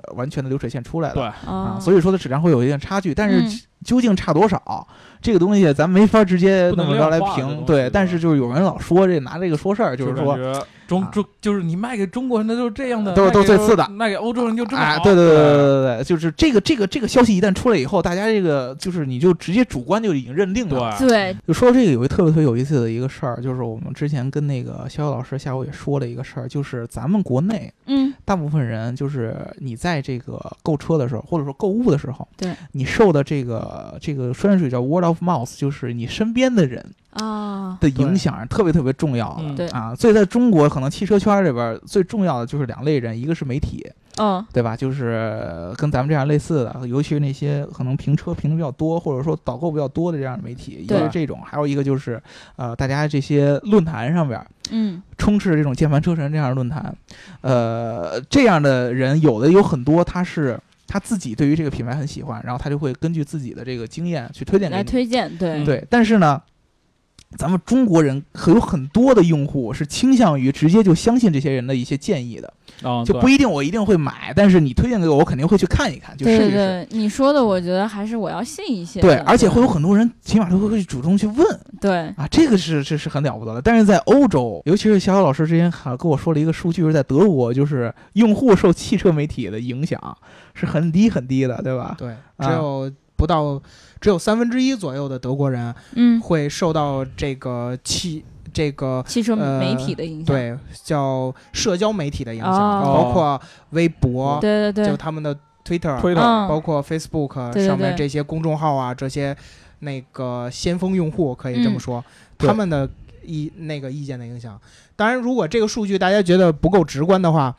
[SPEAKER 4] 呃完全的流水线出来的。
[SPEAKER 5] 对
[SPEAKER 4] 啊
[SPEAKER 2] 啊，
[SPEAKER 4] 所以说它质量会有一定差距，但是
[SPEAKER 2] 嗯
[SPEAKER 4] 其究竟差多少，这个东西咱没法直接
[SPEAKER 5] 不
[SPEAKER 4] 那
[SPEAKER 5] 能
[SPEAKER 4] 么着来
[SPEAKER 5] 量化这东
[SPEAKER 4] 评。
[SPEAKER 5] 西
[SPEAKER 4] 对，
[SPEAKER 5] 对
[SPEAKER 4] 但
[SPEAKER 5] 吧
[SPEAKER 4] 是就是有人老说这拿这个说事儿，就
[SPEAKER 5] 就是感
[SPEAKER 4] 说，啊
[SPEAKER 5] 觉中中就是你卖给中国人的就是这样的，
[SPEAKER 4] 都是
[SPEAKER 5] 卖
[SPEAKER 4] 都
[SPEAKER 5] 给
[SPEAKER 4] 最次的
[SPEAKER 5] 卖给欧洲人就这么
[SPEAKER 4] 哎
[SPEAKER 5] 好，
[SPEAKER 4] 对对对对对对，就是这个这个这个消息一旦出来以后，大家这个就是你就直接主观就已经认定了。
[SPEAKER 5] 对，
[SPEAKER 2] 对，
[SPEAKER 4] 就说到这个有一特别特别有意思的一个事儿，就是我们之前跟那个逍遥老师下午也说了一个事儿，就是咱们国内
[SPEAKER 2] 嗯，
[SPEAKER 4] 大部分人就是你在这个购车的时候，或者说购物的时候，
[SPEAKER 2] 对
[SPEAKER 4] 你受的这个这个专业术语叫 word of mouth，就是你身边的人
[SPEAKER 2] 啊，
[SPEAKER 4] 的影响是特别特别重要的。
[SPEAKER 5] 嗯
[SPEAKER 2] 对
[SPEAKER 4] 啊，所以在中国，可能汽车圈里边儿最重要的就是两类人，一个是媒体，
[SPEAKER 2] 嗯，
[SPEAKER 4] 对吧？就是跟咱们这样类似的，尤其是那些可能评车评的比较多，或者说导购比较多的这样的媒体，一个
[SPEAKER 2] 对
[SPEAKER 4] 是这种，还有一个就是呃，大家这些论坛上边儿
[SPEAKER 2] 嗯，
[SPEAKER 4] 充斥着这种键盘车神这样的论坛，呃，这样的人有的有很多，他是他自己对于这个品牌很喜欢，然后他就会根据自己的这个经验去推荐给
[SPEAKER 2] 来
[SPEAKER 4] 你。
[SPEAKER 2] 推荐，对，
[SPEAKER 5] 嗯
[SPEAKER 4] 对，但是呢，咱们中国人很有很多的用户是倾向于直接就相信这些人的一些建议的，
[SPEAKER 5] 啊，
[SPEAKER 4] 哦就
[SPEAKER 5] 对
[SPEAKER 4] 不一定我一定会买，但是你推荐给我，我肯定会去看一看，去试
[SPEAKER 2] 对
[SPEAKER 4] 一试。
[SPEAKER 2] 对，你说的，我觉得还是我要信一些的，
[SPEAKER 4] 对，而且会有很多人，起码都会主动去问
[SPEAKER 2] 对，
[SPEAKER 4] 啊，这个是这是很了不得的。但是在欧洲，尤其是小小老师之前还跟我说了一个数据，是在德国，就是用户受汽车媒体的影响是很低很低的，对吧？
[SPEAKER 3] 对，
[SPEAKER 4] 啊
[SPEAKER 3] 只有不到只有三分之一左右的德国人
[SPEAKER 2] 嗯，
[SPEAKER 3] 会受到这个汽这个
[SPEAKER 2] 汽车媒体的影响，
[SPEAKER 4] 呃
[SPEAKER 3] 对叫社交媒体的影响，
[SPEAKER 2] 哦
[SPEAKER 3] 包括微博，
[SPEAKER 2] 对对
[SPEAKER 3] 就
[SPEAKER 2] 对，
[SPEAKER 3] 他们的 Twitter，
[SPEAKER 5] 推的，啊
[SPEAKER 2] 嗯，
[SPEAKER 3] 包括 Facebook 啊
[SPEAKER 2] 对对
[SPEAKER 3] 上面
[SPEAKER 2] 对
[SPEAKER 3] 这些公众号啊，这些那个先锋用户可以这么
[SPEAKER 2] 嗯
[SPEAKER 3] 说，
[SPEAKER 4] 对
[SPEAKER 3] 他们的意那个意见的影响。当然，如果这个数据大家觉得不够直观的话，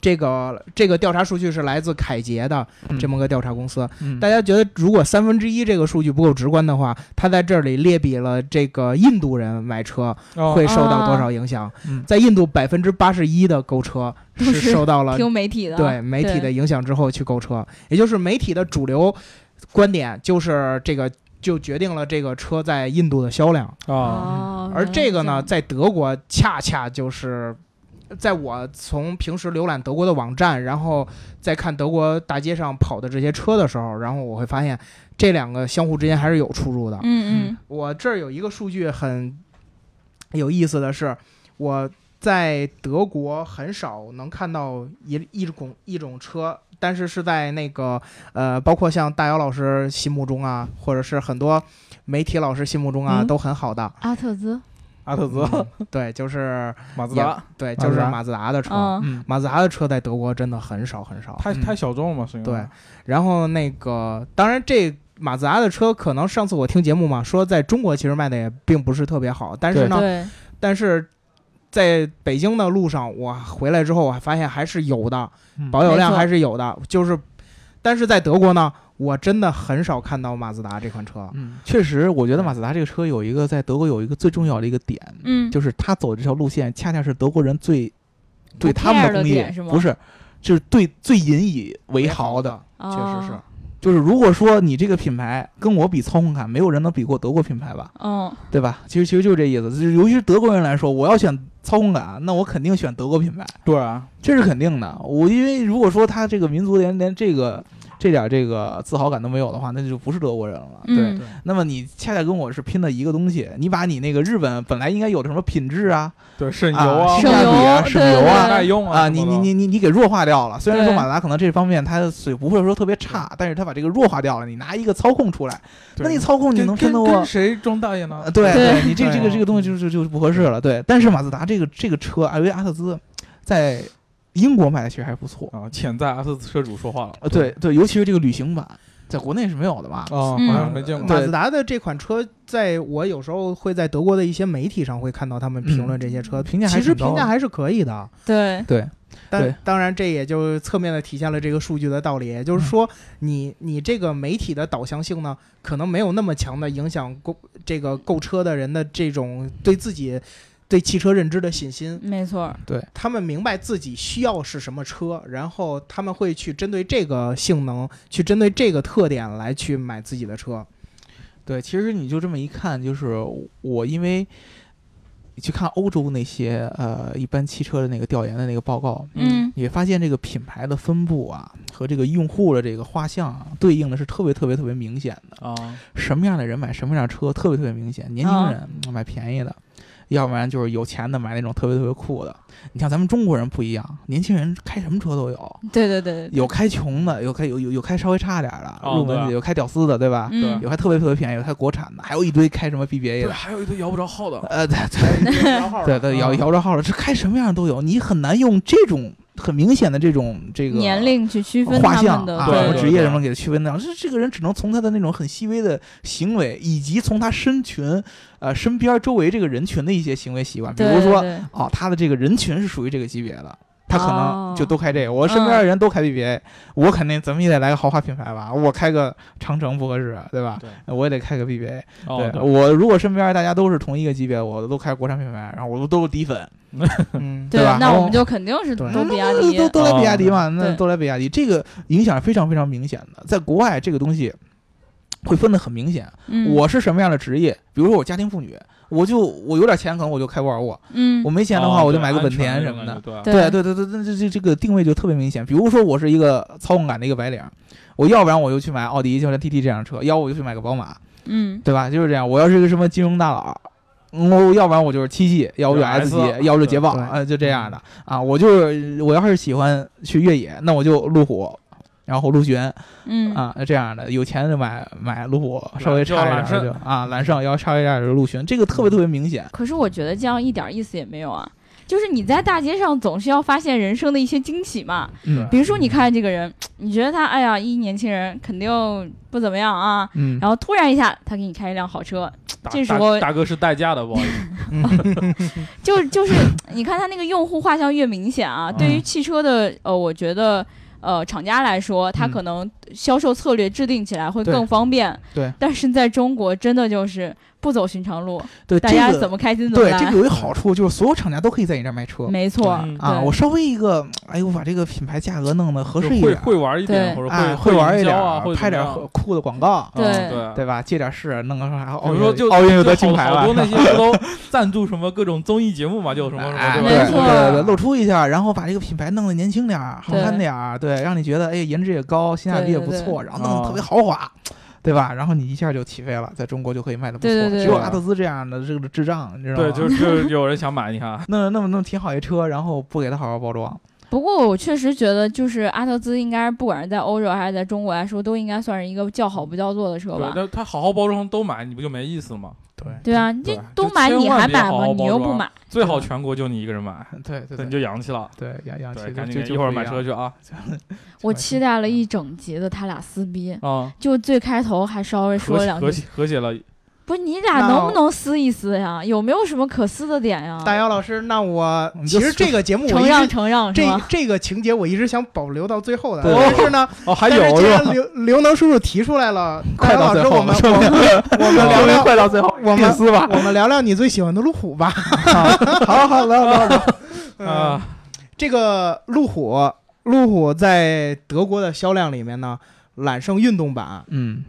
[SPEAKER 3] 这个这个调查数据是来自凯捷的
[SPEAKER 4] 嗯
[SPEAKER 3] 这么个调查公司。
[SPEAKER 4] 嗯
[SPEAKER 3] 大家觉得如果三分之一这个数据不够直观的话，他在这里列比了这个印度人买车
[SPEAKER 5] 哦
[SPEAKER 3] 会受到
[SPEAKER 2] 啊
[SPEAKER 3] 多少影响。
[SPEAKER 4] 嗯
[SPEAKER 3] 在印度，百分之八十一的购车
[SPEAKER 2] 都
[SPEAKER 3] 是
[SPEAKER 2] 是
[SPEAKER 3] 受到了
[SPEAKER 2] 听媒体的，
[SPEAKER 3] 对媒体的影响之后去购车，也就是媒体的主流观点就是这个就决定了这个车在印度的销量，
[SPEAKER 5] 啊，
[SPEAKER 4] 嗯
[SPEAKER 2] 哦，
[SPEAKER 3] 而
[SPEAKER 2] 原来
[SPEAKER 3] 这
[SPEAKER 2] 是
[SPEAKER 3] 个呢，
[SPEAKER 2] 样
[SPEAKER 3] 在德国恰恰就是。在我从平时浏览德国的网站，然后再看德国大街上跑的这些车的时候，然后我会发现这两个相互之间还是有出入的。
[SPEAKER 2] 嗯嗯
[SPEAKER 3] 我这儿有一个数据很有意思的是，我在德国很少能看到一一种一种车，但是是在那个呃，包括像大姚老师心目中啊，或者是很多媒体老师心目中啊，
[SPEAKER 4] 嗯
[SPEAKER 3] 都很好的。
[SPEAKER 2] 阿特兹，
[SPEAKER 4] 阿特兹、
[SPEAKER 3] 嗯对，就是
[SPEAKER 5] 马自达，
[SPEAKER 3] 对，
[SPEAKER 4] 马自达
[SPEAKER 3] 就是马自达的车，
[SPEAKER 2] 嗯，
[SPEAKER 4] 嗯，
[SPEAKER 3] 马自达的车在德国真的很少很少。
[SPEAKER 5] 太
[SPEAKER 4] 嗯
[SPEAKER 5] 太小众了嘛，啊是因为
[SPEAKER 3] 对，然后那个，当然这马自达的车，可能上次我听节目嘛，说在中国其实卖的也并不是特别好，但是
[SPEAKER 4] 对
[SPEAKER 3] 呢，
[SPEAKER 2] 嗯对，
[SPEAKER 3] 但是在北京的路上，我回来之后，我还发现还是有的，
[SPEAKER 4] 嗯
[SPEAKER 3] 保有量
[SPEAKER 2] 没错
[SPEAKER 3] 还是有的。就是，但是在德国呢，我真的很少看到马自达这款车。
[SPEAKER 4] 嗯，确实，我觉得马自达这个车有一个在德国有一个最重要的一个点，
[SPEAKER 2] 嗯，
[SPEAKER 4] 就是他走这条路线，恰恰是德国人最对他
[SPEAKER 2] care
[SPEAKER 4] 们
[SPEAKER 2] 的
[SPEAKER 4] 工
[SPEAKER 2] 点
[SPEAKER 4] 业
[SPEAKER 2] 是吗
[SPEAKER 4] 不是，就是对最引以为豪的。
[SPEAKER 3] 的，确实是
[SPEAKER 2] 哦，。
[SPEAKER 4] 就是如果说你这个品牌跟我比操控感，没有人能比过德国品牌吧，
[SPEAKER 2] 嗯，
[SPEAKER 4] 对吧？其实其实就是这意思，就是尤其是德国人来说，我要选操控感，那我肯定选德国品牌，
[SPEAKER 5] 对啊，
[SPEAKER 4] 这是肯定的。我因为如果说他这个民族连连这个这点这个自豪感都没有的话，那就不是德国人了。对，
[SPEAKER 2] 嗯
[SPEAKER 4] 那么你恰恰跟我是拼的一个东西，你把你那个日本本来应该有的什么品质啊、
[SPEAKER 5] 对，省油
[SPEAKER 4] 啊、
[SPEAKER 5] 啊，
[SPEAKER 4] 性
[SPEAKER 2] 省
[SPEAKER 4] 价比啊、
[SPEAKER 2] 油
[SPEAKER 4] 省
[SPEAKER 2] 对
[SPEAKER 4] 油
[SPEAKER 2] 对
[SPEAKER 4] 啊
[SPEAKER 2] 对
[SPEAKER 5] 耐用
[SPEAKER 4] 啊，
[SPEAKER 5] 什
[SPEAKER 4] 你
[SPEAKER 5] 么
[SPEAKER 4] 你
[SPEAKER 5] 的
[SPEAKER 4] 你你你给弱化掉了。虽然说
[SPEAKER 2] 对
[SPEAKER 4] 马自达可能这方面它水不会说特别差，但是它把这个弱化掉了。你拿一个操控出来，
[SPEAKER 5] 对
[SPEAKER 4] 那你操控你
[SPEAKER 5] 跟
[SPEAKER 4] 能拼
[SPEAKER 5] 跟
[SPEAKER 4] 得
[SPEAKER 5] 跟
[SPEAKER 4] 过？
[SPEAKER 5] 谁装大爷呢
[SPEAKER 4] 呃？对
[SPEAKER 2] 对
[SPEAKER 4] 你这
[SPEAKER 3] 对
[SPEAKER 4] 这个这个东西就就就不合适了。对，但是马自达这个这个车艾维阿特兹在英国卖的其实还不错。
[SPEAKER 5] 啊，潜在阿特兹车主说话了，
[SPEAKER 4] 呃，对对，尤其是这个旅行版，在国内是没有的吧？
[SPEAKER 5] 啊，好
[SPEAKER 2] 嗯
[SPEAKER 5] 像没见过，
[SPEAKER 3] 马
[SPEAKER 4] 对
[SPEAKER 3] 自达的这款车，在我有时候会在德国的一些媒体上会看到他们评论这些车，
[SPEAKER 4] 嗯评价还
[SPEAKER 3] 其实
[SPEAKER 4] 挺高
[SPEAKER 3] 评价
[SPEAKER 4] 的
[SPEAKER 3] 还是可以的。
[SPEAKER 2] 对，
[SPEAKER 3] 但
[SPEAKER 4] 对
[SPEAKER 3] 当然，这也就侧面的体现了这个数据的道理，也
[SPEAKER 4] 嗯
[SPEAKER 3] 就是说你，你这个媒体的导向性呢，可能没有那么强的影响购这个购车的人的这种对自己对汽车认知的信
[SPEAKER 4] 嗯
[SPEAKER 3] 心。
[SPEAKER 2] 没错儿，
[SPEAKER 3] 他们明白自己需要是什么车，然后他们会去针对这个性能，去针对这个特点来去买自己的 车。
[SPEAKER 4] 对，其实你就这么一看，就是我因为去看欧洲那些呃一般汽车的那个调研的那个报告，
[SPEAKER 2] 嗯
[SPEAKER 4] 你会发现这个品牌的分布啊，和这个用户的这个画像啊对应的是特别特别特别明显的。
[SPEAKER 5] 啊，
[SPEAKER 4] 什么样的人买什么样的车，特别特别明显。年轻人嗯买便宜的，要不然就是有钱的买那种特别特别酷的。你像咱们中国人不一样，年轻人开什么车都有，
[SPEAKER 2] 对对对对，
[SPEAKER 4] 有开穷的，有开有有有开稍微差点儿的，
[SPEAKER 5] 哦
[SPEAKER 4] 入门
[SPEAKER 5] 对啊
[SPEAKER 4] 级有开屌丝的，对吧？
[SPEAKER 2] 嗯，
[SPEAKER 4] 有开特别特别便宜，有开国产的，还有一堆开什么
[SPEAKER 5] 对，
[SPEAKER 4] BBA 的。
[SPEAKER 5] 还有一堆摇不着号的，
[SPEAKER 4] 呃，对对对对，摇摇着号了，这开什么样的都有，你很难用这种很明显的这种这个
[SPEAKER 2] 年龄去区分
[SPEAKER 4] 画
[SPEAKER 2] 他
[SPEAKER 4] 像
[SPEAKER 2] 们的
[SPEAKER 4] 啊，
[SPEAKER 5] 对
[SPEAKER 4] 什么
[SPEAKER 5] 对
[SPEAKER 4] 职业
[SPEAKER 5] 对
[SPEAKER 4] 什么给他区分掉，这这个人只能从他的那种很细微的行为，以及从他身群呃身边周围这个人群的一些行为习惯，比
[SPEAKER 2] 对
[SPEAKER 4] 如说
[SPEAKER 2] 对对
[SPEAKER 4] 哦，他的这个人群是属于这个级别的。他可能就
[SPEAKER 2] 哦
[SPEAKER 4] 都开这个，我身边的人都开 BBA，、我肯定怎么也得来个豪华品牌吧，我开个长城不合适，对吧？
[SPEAKER 5] 对
[SPEAKER 4] 我也得开个 BBA、
[SPEAKER 5] 哦，对
[SPEAKER 4] 我如果身边大家都是同一个级别，我都开国产品牌，然后我都是底粉，
[SPEAKER 3] 嗯，
[SPEAKER 4] 对吧
[SPEAKER 2] 那我们
[SPEAKER 4] 哦
[SPEAKER 2] 就肯定是
[SPEAKER 3] 对
[SPEAKER 2] 都比亚
[SPEAKER 4] 那
[SPEAKER 2] 迪，
[SPEAKER 4] 都都来比亚迪
[SPEAKER 5] 哦
[SPEAKER 4] 嘛，那
[SPEAKER 2] 对
[SPEAKER 4] 都来比亚迪，这个影响非常非常明显的，在国外这个东西会分得很明显。
[SPEAKER 2] 嗯
[SPEAKER 4] 我是什么样的职业？比如说我家庭妇女，我就我有点钱，可能我就开沃尔沃；
[SPEAKER 2] 嗯
[SPEAKER 4] 我没钱
[SPEAKER 5] 哦
[SPEAKER 4] 的话，我就买个本田什么
[SPEAKER 5] 对安全
[SPEAKER 4] 的。，
[SPEAKER 5] 那种感觉
[SPEAKER 4] 对对对对，那这这这个定位就特别明显。比如说我是一个操控感的一个白领，我要不然我就去买奥迪、像 TT 这样的车，要不我就去买个宝马，
[SPEAKER 2] 嗯
[SPEAKER 4] 对吧？就是这样。我要是一个什么金融大佬，嗯我要不然我就是七系，要不就
[SPEAKER 5] 就是
[SPEAKER 4] S 级
[SPEAKER 5] S，，
[SPEAKER 4] 要不就捷豹，
[SPEAKER 3] 对
[SPEAKER 4] 呃，就这样
[SPEAKER 5] 嗯
[SPEAKER 4] 的啊。我就是我要是喜欢去越野，那我就路虎。然后陆巡
[SPEAKER 2] 嗯
[SPEAKER 4] 啊，这样的有钱就买买路虎，稍微
[SPEAKER 5] 就要
[SPEAKER 4] 差一点
[SPEAKER 5] 揽胜嗯
[SPEAKER 4] 儿就啊，蓝胜要稍微差一点儿就陆巡，这个特别特别明显。
[SPEAKER 2] 可是我觉得这样一点意思也没有啊。就是你在大街上总是要发现人生的一些惊喜嘛，
[SPEAKER 4] 嗯
[SPEAKER 2] 比如说你看这个人，你觉得他哎呀，一年轻人肯定不怎么样啊，
[SPEAKER 4] 嗯，
[SPEAKER 2] 然后突然一下他给你开一辆好车，
[SPEAKER 5] 大
[SPEAKER 2] 这时候
[SPEAKER 5] 大大哥是代驾的，不好意思，
[SPEAKER 3] 嗯
[SPEAKER 2] 就就是你看他那个用户画像越明显
[SPEAKER 4] 嗯
[SPEAKER 2] 啊，对于汽车的呃，我觉得。呃，厂家来说，它
[SPEAKER 4] 嗯
[SPEAKER 2] 可能销售策略制定起来会
[SPEAKER 4] 对
[SPEAKER 2] 更方便。
[SPEAKER 4] 对
[SPEAKER 2] 但是在中国，真的就是不走寻常路，
[SPEAKER 4] 对，
[SPEAKER 2] 大
[SPEAKER 4] 这
[SPEAKER 2] 家
[SPEAKER 4] 个
[SPEAKER 2] 怎么开心怎么
[SPEAKER 4] 对
[SPEAKER 2] 来。
[SPEAKER 4] 这个有一好处，就是所有厂家都可以在你这儿卖车
[SPEAKER 2] 没错
[SPEAKER 5] 嗯
[SPEAKER 4] 啊。
[SPEAKER 2] 对
[SPEAKER 4] 我稍微一个，哎呦，我把这个品牌价格弄得合
[SPEAKER 5] 就
[SPEAKER 4] 适一
[SPEAKER 5] 会
[SPEAKER 4] 点儿，
[SPEAKER 5] 会玩一
[SPEAKER 2] 对
[SPEAKER 5] 点，或者
[SPEAKER 4] 哎，
[SPEAKER 5] 会
[SPEAKER 4] 玩一
[SPEAKER 5] 营销
[SPEAKER 4] 点
[SPEAKER 5] 啊，
[SPEAKER 4] 儿
[SPEAKER 5] 会，
[SPEAKER 4] 拍点儿酷的广告，
[SPEAKER 2] 对
[SPEAKER 5] 对
[SPEAKER 4] 对吧？借点势，弄个啥哦
[SPEAKER 5] 比
[SPEAKER 4] 奥
[SPEAKER 5] 如说
[SPEAKER 4] 运，
[SPEAKER 5] 就
[SPEAKER 4] 奥运又
[SPEAKER 5] 就
[SPEAKER 4] 得
[SPEAKER 5] 好
[SPEAKER 4] 金牌了
[SPEAKER 5] 好多。那些不都 赞助什么各 种综艺节目嘛，就有什么什么
[SPEAKER 4] 哎，
[SPEAKER 5] 对
[SPEAKER 4] 对
[SPEAKER 5] 吧
[SPEAKER 2] 没
[SPEAKER 4] 对
[SPEAKER 2] 错
[SPEAKER 4] 对对，露出一下，然后把这个品牌弄得年轻点儿，好看
[SPEAKER 2] 对
[SPEAKER 4] 点儿，对，让你觉得哎颜值也高，性价比也不
[SPEAKER 2] 对对
[SPEAKER 4] 错，
[SPEAKER 2] 对
[SPEAKER 4] 然后弄得特
[SPEAKER 5] 哦
[SPEAKER 4] 别豪华，对吧？然后你一下就起飞了，在中国就可以卖的不错。
[SPEAKER 2] 对对对
[SPEAKER 4] 只有
[SPEAKER 5] 对
[SPEAKER 4] 阿特兹这样的这个智障，你知道吗？
[SPEAKER 5] 对，就是就是有人想买，你 看，
[SPEAKER 4] 弄弄弄挺好一车，然后不给他好好包装，
[SPEAKER 2] 不过我确实觉得，就是阿特兹应该不管是在欧洲还是在中国来说，都应该算是一个叫好不叫座的车
[SPEAKER 5] 对
[SPEAKER 2] 吧，。
[SPEAKER 5] 但他好好包装都买，你不就没意思了吗？
[SPEAKER 4] 对
[SPEAKER 2] 对啊，你
[SPEAKER 5] 对
[SPEAKER 2] 这
[SPEAKER 5] 就
[SPEAKER 2] 都买
[SPEAKER 5] 千
[SPEAKER 2] 你
[SPEAKER 5] 万
[SPEAKER 2] 还
[SPEAKER 5] 别
[SPEAKER 2] 买吗？
[SPEAKER 5] 好好
[SPEAKER 2] 你
[SPEAKER 5] 包
[SPEAKER 2] 又不
[SPEAKER 5] 装啊
[SPEAKER 2] 买，
[SPEAKER 5] 最好全国就你一个人买，
[SPEAKER 4] 对对
[SPEAKER 5] 对，你
[SPEAKER 4] 对
[SPEAKER 5] 就洋气了。
[SPEAKER 4] 对，洋洋气
[SPEAKER 5] 对，
[SPEAKER 4] 就
[SPEAKER 5] 赶
[SPEAKER 4] 就
[SPEAKER 5] 紧
[SPEAKER 4] 就
[SPEAKER 5] 一会儿
[SPEAKER 4] 不
[SPEAKER 5] 买
[SPEAKER 4] 样
[SPEAKER 5] 车去啊
[SPEAKER 2] 我期待了一
[SPEAKER 5] 嗯
[SPEAKER 2] 整集的他俩撕逼，
[SPEAKER 5] 啊！
[SPEAKER 2] 就最开头还稍微说
[SPEAKER 5] 和
[SPEAKER 2] 了
[SPEAKER 5] 谐
[SPEAKER 2] 两
[SPEAKER 5] 和
[SPEAKER 2] 句
[SPEAKER 5] 谐，和谐了，
[SPEAKER 2] 不是你俩
[SPEAKER 3] 那
[SPEAKER 2] 能不能撕一撕呀？有没有什么可撕的点呀？
[SPEAKER 3] 大姚老师，那我
[SPEAKER 4] 啊我们就
[SPEAKER 3] 其实这个节目我
[SPEAKER 2] 承
[SPEAKER 3] 一
[SPEAKER 2] 让
[SPEAKER 3] 直
[SPEAKER 2] 承让是
[SPEAKER 3] 这
[SPEAKER 2] 吗？
[SPEAKER 3] 这个情节我一直想保留到最后的，
[SPEAKER 4] 对
[SPEAKER 3] 但是呢，
[SPEAKER 4] 哦，还
[SPEAKER 3] 但是
[SPEAKER 5] 啊
[SPEAKER 4] 有
[SPEAKER 3] 既
[SPEAKER 4] 是
[SPEAKER 3] 然
[SPEAKER 4] 吧？
[SPEAKER 3] 刘刘能叔叔提出来了，大
[SPEAKER 4] 快
[SPEAKER 3] 姚
[SPEAKER 4] 到
[SPEAKER 3] 老
[SPEAKER 4] 最
[SPEAKER 3] 师，
[SPEAKER 4] 后
[SPEAKER 3] 我
[SPEAKER 4] 了
[SPEAKER 3] 们我们我们
[SPEAKER 4] 是吧
[SPEAKER 3] 聊 聊
[SPEAKER 4] 快到最后，
[SPEAKER 3] 我们
[SPEAKER 4] 定撕吧。
[SPEAKER 3] 我们聊聊你最喜欢的路虎吧。
[SPEAKER 4] 好好聊聊 聊。
[SPEAKER 3] 嗯，
[SPEAKER 5] 啊，
[SPEAKER 3] 这个路虎，路虎在德国的销量里面呢，揽胜运动版，
[SPEAKER 4] 嗯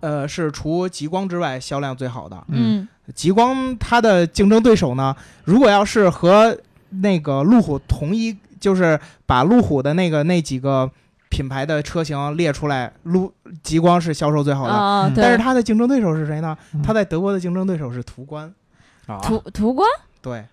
[SPEAKER 3] 呃，是除极光之外销量最好的。
[SPEAKER 4] 嗯
[SPEAKER 2] 嗯
[SPEAKER 3] 极光它的竞争对手呢，如果要是和那个路虎同一，就是把路虎的那个那几个品牌的车型列出来，路极光是销售最好的。
[SPEAKER 2] 啊，
[SPEAKER 4] 嗯
[SPEAKER 2] 对
[SPEAKER 3] 但是它的竞争对手是谁呢
[SPEAKER 4] 嗯？
[SPEAKER 3] 它在德国的竞争对手是途观。
[SPEAKER 5] 啊
[SPEAKER 2] 途途观，
[SPEAKER 3] 对，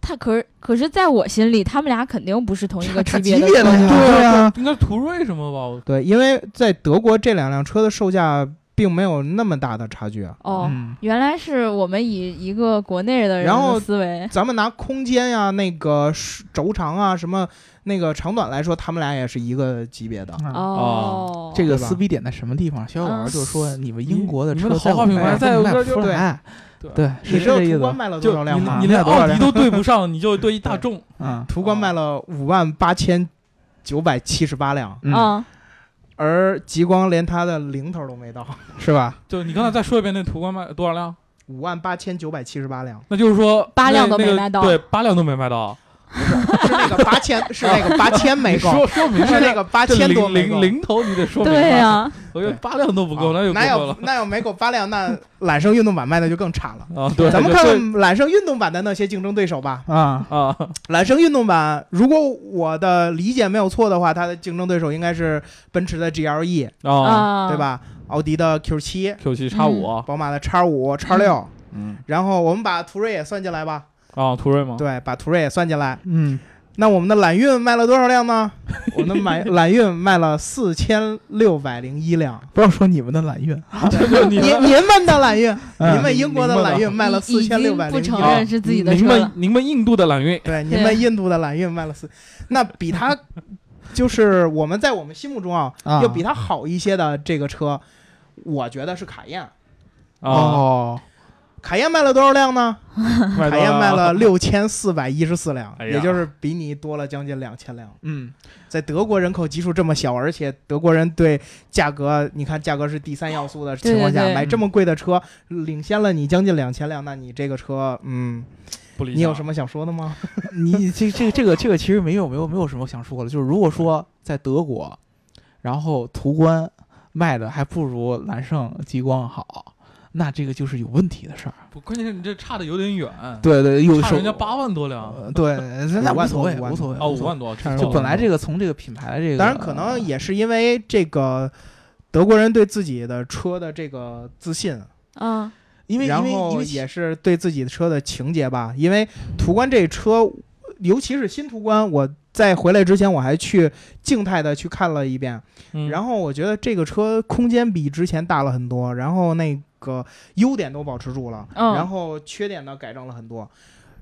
[SPEAKER 2] 他可是可是在我心里，他们俩肯定不是同一个
[SPEAKER 4] 差
[SPEAKER 2] 级
[SPEAKER 4] 级
[SPEAKER 2] 的
[SPEAKER 4] 别
[SPEAKER 2] 车
[SPEAKER 4] 的呀
[SPEAKER 2] 呀。
[SPEAKER 4] 对呀，
[SPEAKER 5] 应该是途锐什么吧？我
[SPEAKER 3] 对，因为在德国这两辆车的售价并没有那么大的差距啊。
[SPEAKER 2] 哦，
[SPEAKER 4] 嗯
[SPEAKER 2] 原来是我们以一个国内的人
[SPEAKER 3] 然后
[SPEAKER 2] 的思
[SPEAKER 4] 哎
[SPEAKER 2] 维，
[SPEAKER 3] 咱们拿空间呀、那个轴长啊、什么那个长短来说，他们俩也是一个级别的。
[SPEAKER 4] 啊
[SPEAKER 2] 哦，
[SPEAKER 4] 这个
[SPEAKER 3] 对吧
[SPEAKER 4] 撕逼点在什么地方？肖老师就是说，你们英国的
[SPEAKER 5] 你
[SPEAKER 4] 车
[SPEAKER 5] 们的
[SPEAKER 4] 在
[SPEAKER 5] 豪华
[SPEAKER 4] 我们
[SPEAKER 5] 品牌
[SPEAKER 4] 这儿
[SPEAKER 5] 在
[SPEAKER 4] 卖
[SPEAKER 5] 我们这儿
[SPEAKER 4] 不出
[SPEAKER 3] 就
[SPEAKER 4] 来，
[SPEAKER 5] 对
[SPEAKER 4] 对，
[SPEAKER 3] 你
[SPEAKER 4] 是
[SPEAKER 3] 知道
[SPEAKER 4] 这意
[SPEAKER 3] 途
[SPEAKER 4] 思
[SPEAKER 3] 观。卖了 多
[SPEAKER 5] 就
[SPEAKER 3] 少辆
[SPEAKER 5] 你
[SPEAKER 4] 啊
[SPEAKER 3] 吗？
[SPEAKER 5] 你
[SPEAKER 4] 你
[SPEAKER 5] 连
[SPEAKER 4] 俩多
[SPEAKER 5] 奥
[SPEAKER 4] 少
[SPEAKER 5] 迪
[SPEAKER 4] 辆
[SPEAKER 5] 都对不上，你就对一大众，
[SPEAKER 4] 嗯
[SPEAKER 3] 途观卖了五万八千九百七十八辆，
[SPEAKER 4] 嗯，
[SPEAKER 2] 嗯，
[SPEAKER 3] 而极光连它的零头都没到，
[SPEAKER 4] 是吧？
[SPEAKER 5] 就你刚才再说一遍，那途观卖多少辆？
[SPEAKER 3] 五万八千九百七十八辆。
[SPEAKER 5] 那就是说
[SPEAKER 2] 八辆
[SPEAKER 5] 那
[SPEAKER 2] 都没
[SPEAKER 5] 那个
[SPEAKER 2] 卖到
[SPEAKER 5] 对，八辆都没卖到。
[SPEAKER 3] 是那个八千，是那个八千
[SPEAKER 5] 你
[SPEAKER 3] 枚购，
[SPEAKER 5] 说说明白
[SPEAKER 3] 是那
[SPEAKER 5] 这
[SPEAKER 3] 个八
[SPEAKER 5] 这
[SPEAKER 3] 千多
[SPEAKER 5] 零
[SPEAKER 3] 枚购
[SPEAKER 5] 零。零头，你得说明白
[SPEAKER 2] 对呀、，
[SPEAKER 5] 我觉得八辆都不够，那就
[SPEAKER 3] 哪
[SPEAKER 5] 过分
[SPEAKER 3] 有
[SPEAKER 5] 了
[SPEAKER 3] 啊那有没狗八辆，那揽胜运动版卖的就更差了。
[SPEAKER 5] 啊！对，
[SPEAKER 3] 咱们
[SPEAKER 5] 就
[SPEAKER 3] 看
[SPEAKER 5] 对
[SPEAKER 3] 看揽胜运动版的那些竞争对手吧。
[SPEAKER 4] 啊，
[SPEAKER 5] 啊，
[SPEAKER 3] 揽胜运动版，如果我的理解没有错的话，它的竞争对手应该是奔驰的 GLE，
[SPEAKER 5] 啊
[SPEAKER 2] 啊，嗯
[SPEAKER 3] 对？吧？奥迪的 Q 7
[SPEAKER 5] q 7叉五啊
[SPEAKER 3] 宝马的 X 5 X 6
[SPEAKER 5] 嗯
[SPEAKER 3] 然后我们把途锐也算进来吧。
[SPEAKER 5] 啊，途锐吗？
[SPEAKER 3] 对，把途锐也算进来。
[SPEAKER 4] 嗯，
[SPEAKER 3] 那我们的揽运卖了多少辆呢？我们的揽揽运卖了四千六百零一辆。
[SPEAKER 4] 不要说你们的揽 运，
[SPEAKER 5] 就是你
[SPEAKER 3] 您
[SPEAKER 5] 们
[SPEAKER 3] 您们的揽运，
[SPEAKER 4] 嗯
[SPEAKER 3] 您们英国的揽运卖了
[SPEAKER 2] 已
[SPEAKER 3] 四千六
[SPEAKER 2] 已经
[SPEAKER 3] 百
[SPEAKER 2] 不
[SPEAKER 3] 零
[SPEAKER 2] 承
[SPEAKER 3] 一。
[SPEAKER 2] 认是自己的
[SPEAKER 5] 您
[SPEAKER 2] 车了
[SPEAKER 5] 们。您们印度的揽运
[SPEAKER 3] 对，您们印度的揽运卖了四，那比它就是我们在我们心目中啊，
[SPEAKER 4] 啊
[SPEAKER 3] 要比它好一些的这个车，我觉得是卡宴。
[SPEAKER 5] 啊，
[SPEAKER 4] 哦，
[SPEAKER 3] 卡宴卖了多少辆呢？卡
[SPEAKER 5] 卖多
[SPEAKER 3] 宴
[SPEAKER 5] 少
[SPEAKER 3] 卖了六千四百一十四辆，
[SPEAKER 5] 哎呀
[SPEAKER 3] 也就是比你多了将近两千辆。
[SPEAKER 4] 嗯，
[SPEAKER 3] 在德国人口基数这么小，而且德国人对价格，你看价格是第三要素的情况下，
[SPEAKER 2] 对对对
[SPEAKER 3] 买这么贵的车，领先了你将近两千辆，那你这个车，嗯，
[SPEAKER 5] 不理想
[SPEAKER 3] 你有什么想说的吗？
[SPEAKER 4] 你这这这个这个其实没有没有没有什么想说的，就是如果说在德国，然后途观卖的还不如揽胜极光好，那这个就是有问题的事儿。
[SPEAKER 5] 不，关键是你这差的有点远，
[SPEAKER 4] 对对，有
[SPEAKER 5] 差
[SPEAKER 4] 手
[SPEAKER 5] 人家八万多辆哦
[SPEAKER 4] 呃对，那那
[SPEAKER 3] 五万
[SPEAKER 4] 无所谓，
[SPEAKER 3] 多五万
[SPEAKER 4] 无所谓
[SPEAKER 5] 啊，五万。多，差
[SPEAKER 4] 无所谓
[SPEAKER 5] 人
[SPEAKER 4] 就
[SPEAKER 5] 家
[SPEAKER 4] 本来这个从这个品牌的这个，
[SPEAKER 3] 当然，可能也是因为这个德国人对自己的车的这个自信，
[SPEAKER 2] 嗯，
[SPEAKER 4] 因为因
[SPEAKER 3] 然
[SPEAKER 4] 为因
[SPEAKER 3] 后
[SPEAKER 4] 为
[SPEAKER 3] 也是对自己的车的情节吧。因为途观这车，尤其是新途观，我在回来之前我还去静态的去看了一遍，
[SPEAKER 5] 嗯
[SPEAKER 3] 然后我觉得这个车空间比之前大了很多，然后那个优点都保持住了，
[SPEAKER 2] 嗯
[SPEAKER 3] 然后缺点呢改正了很多。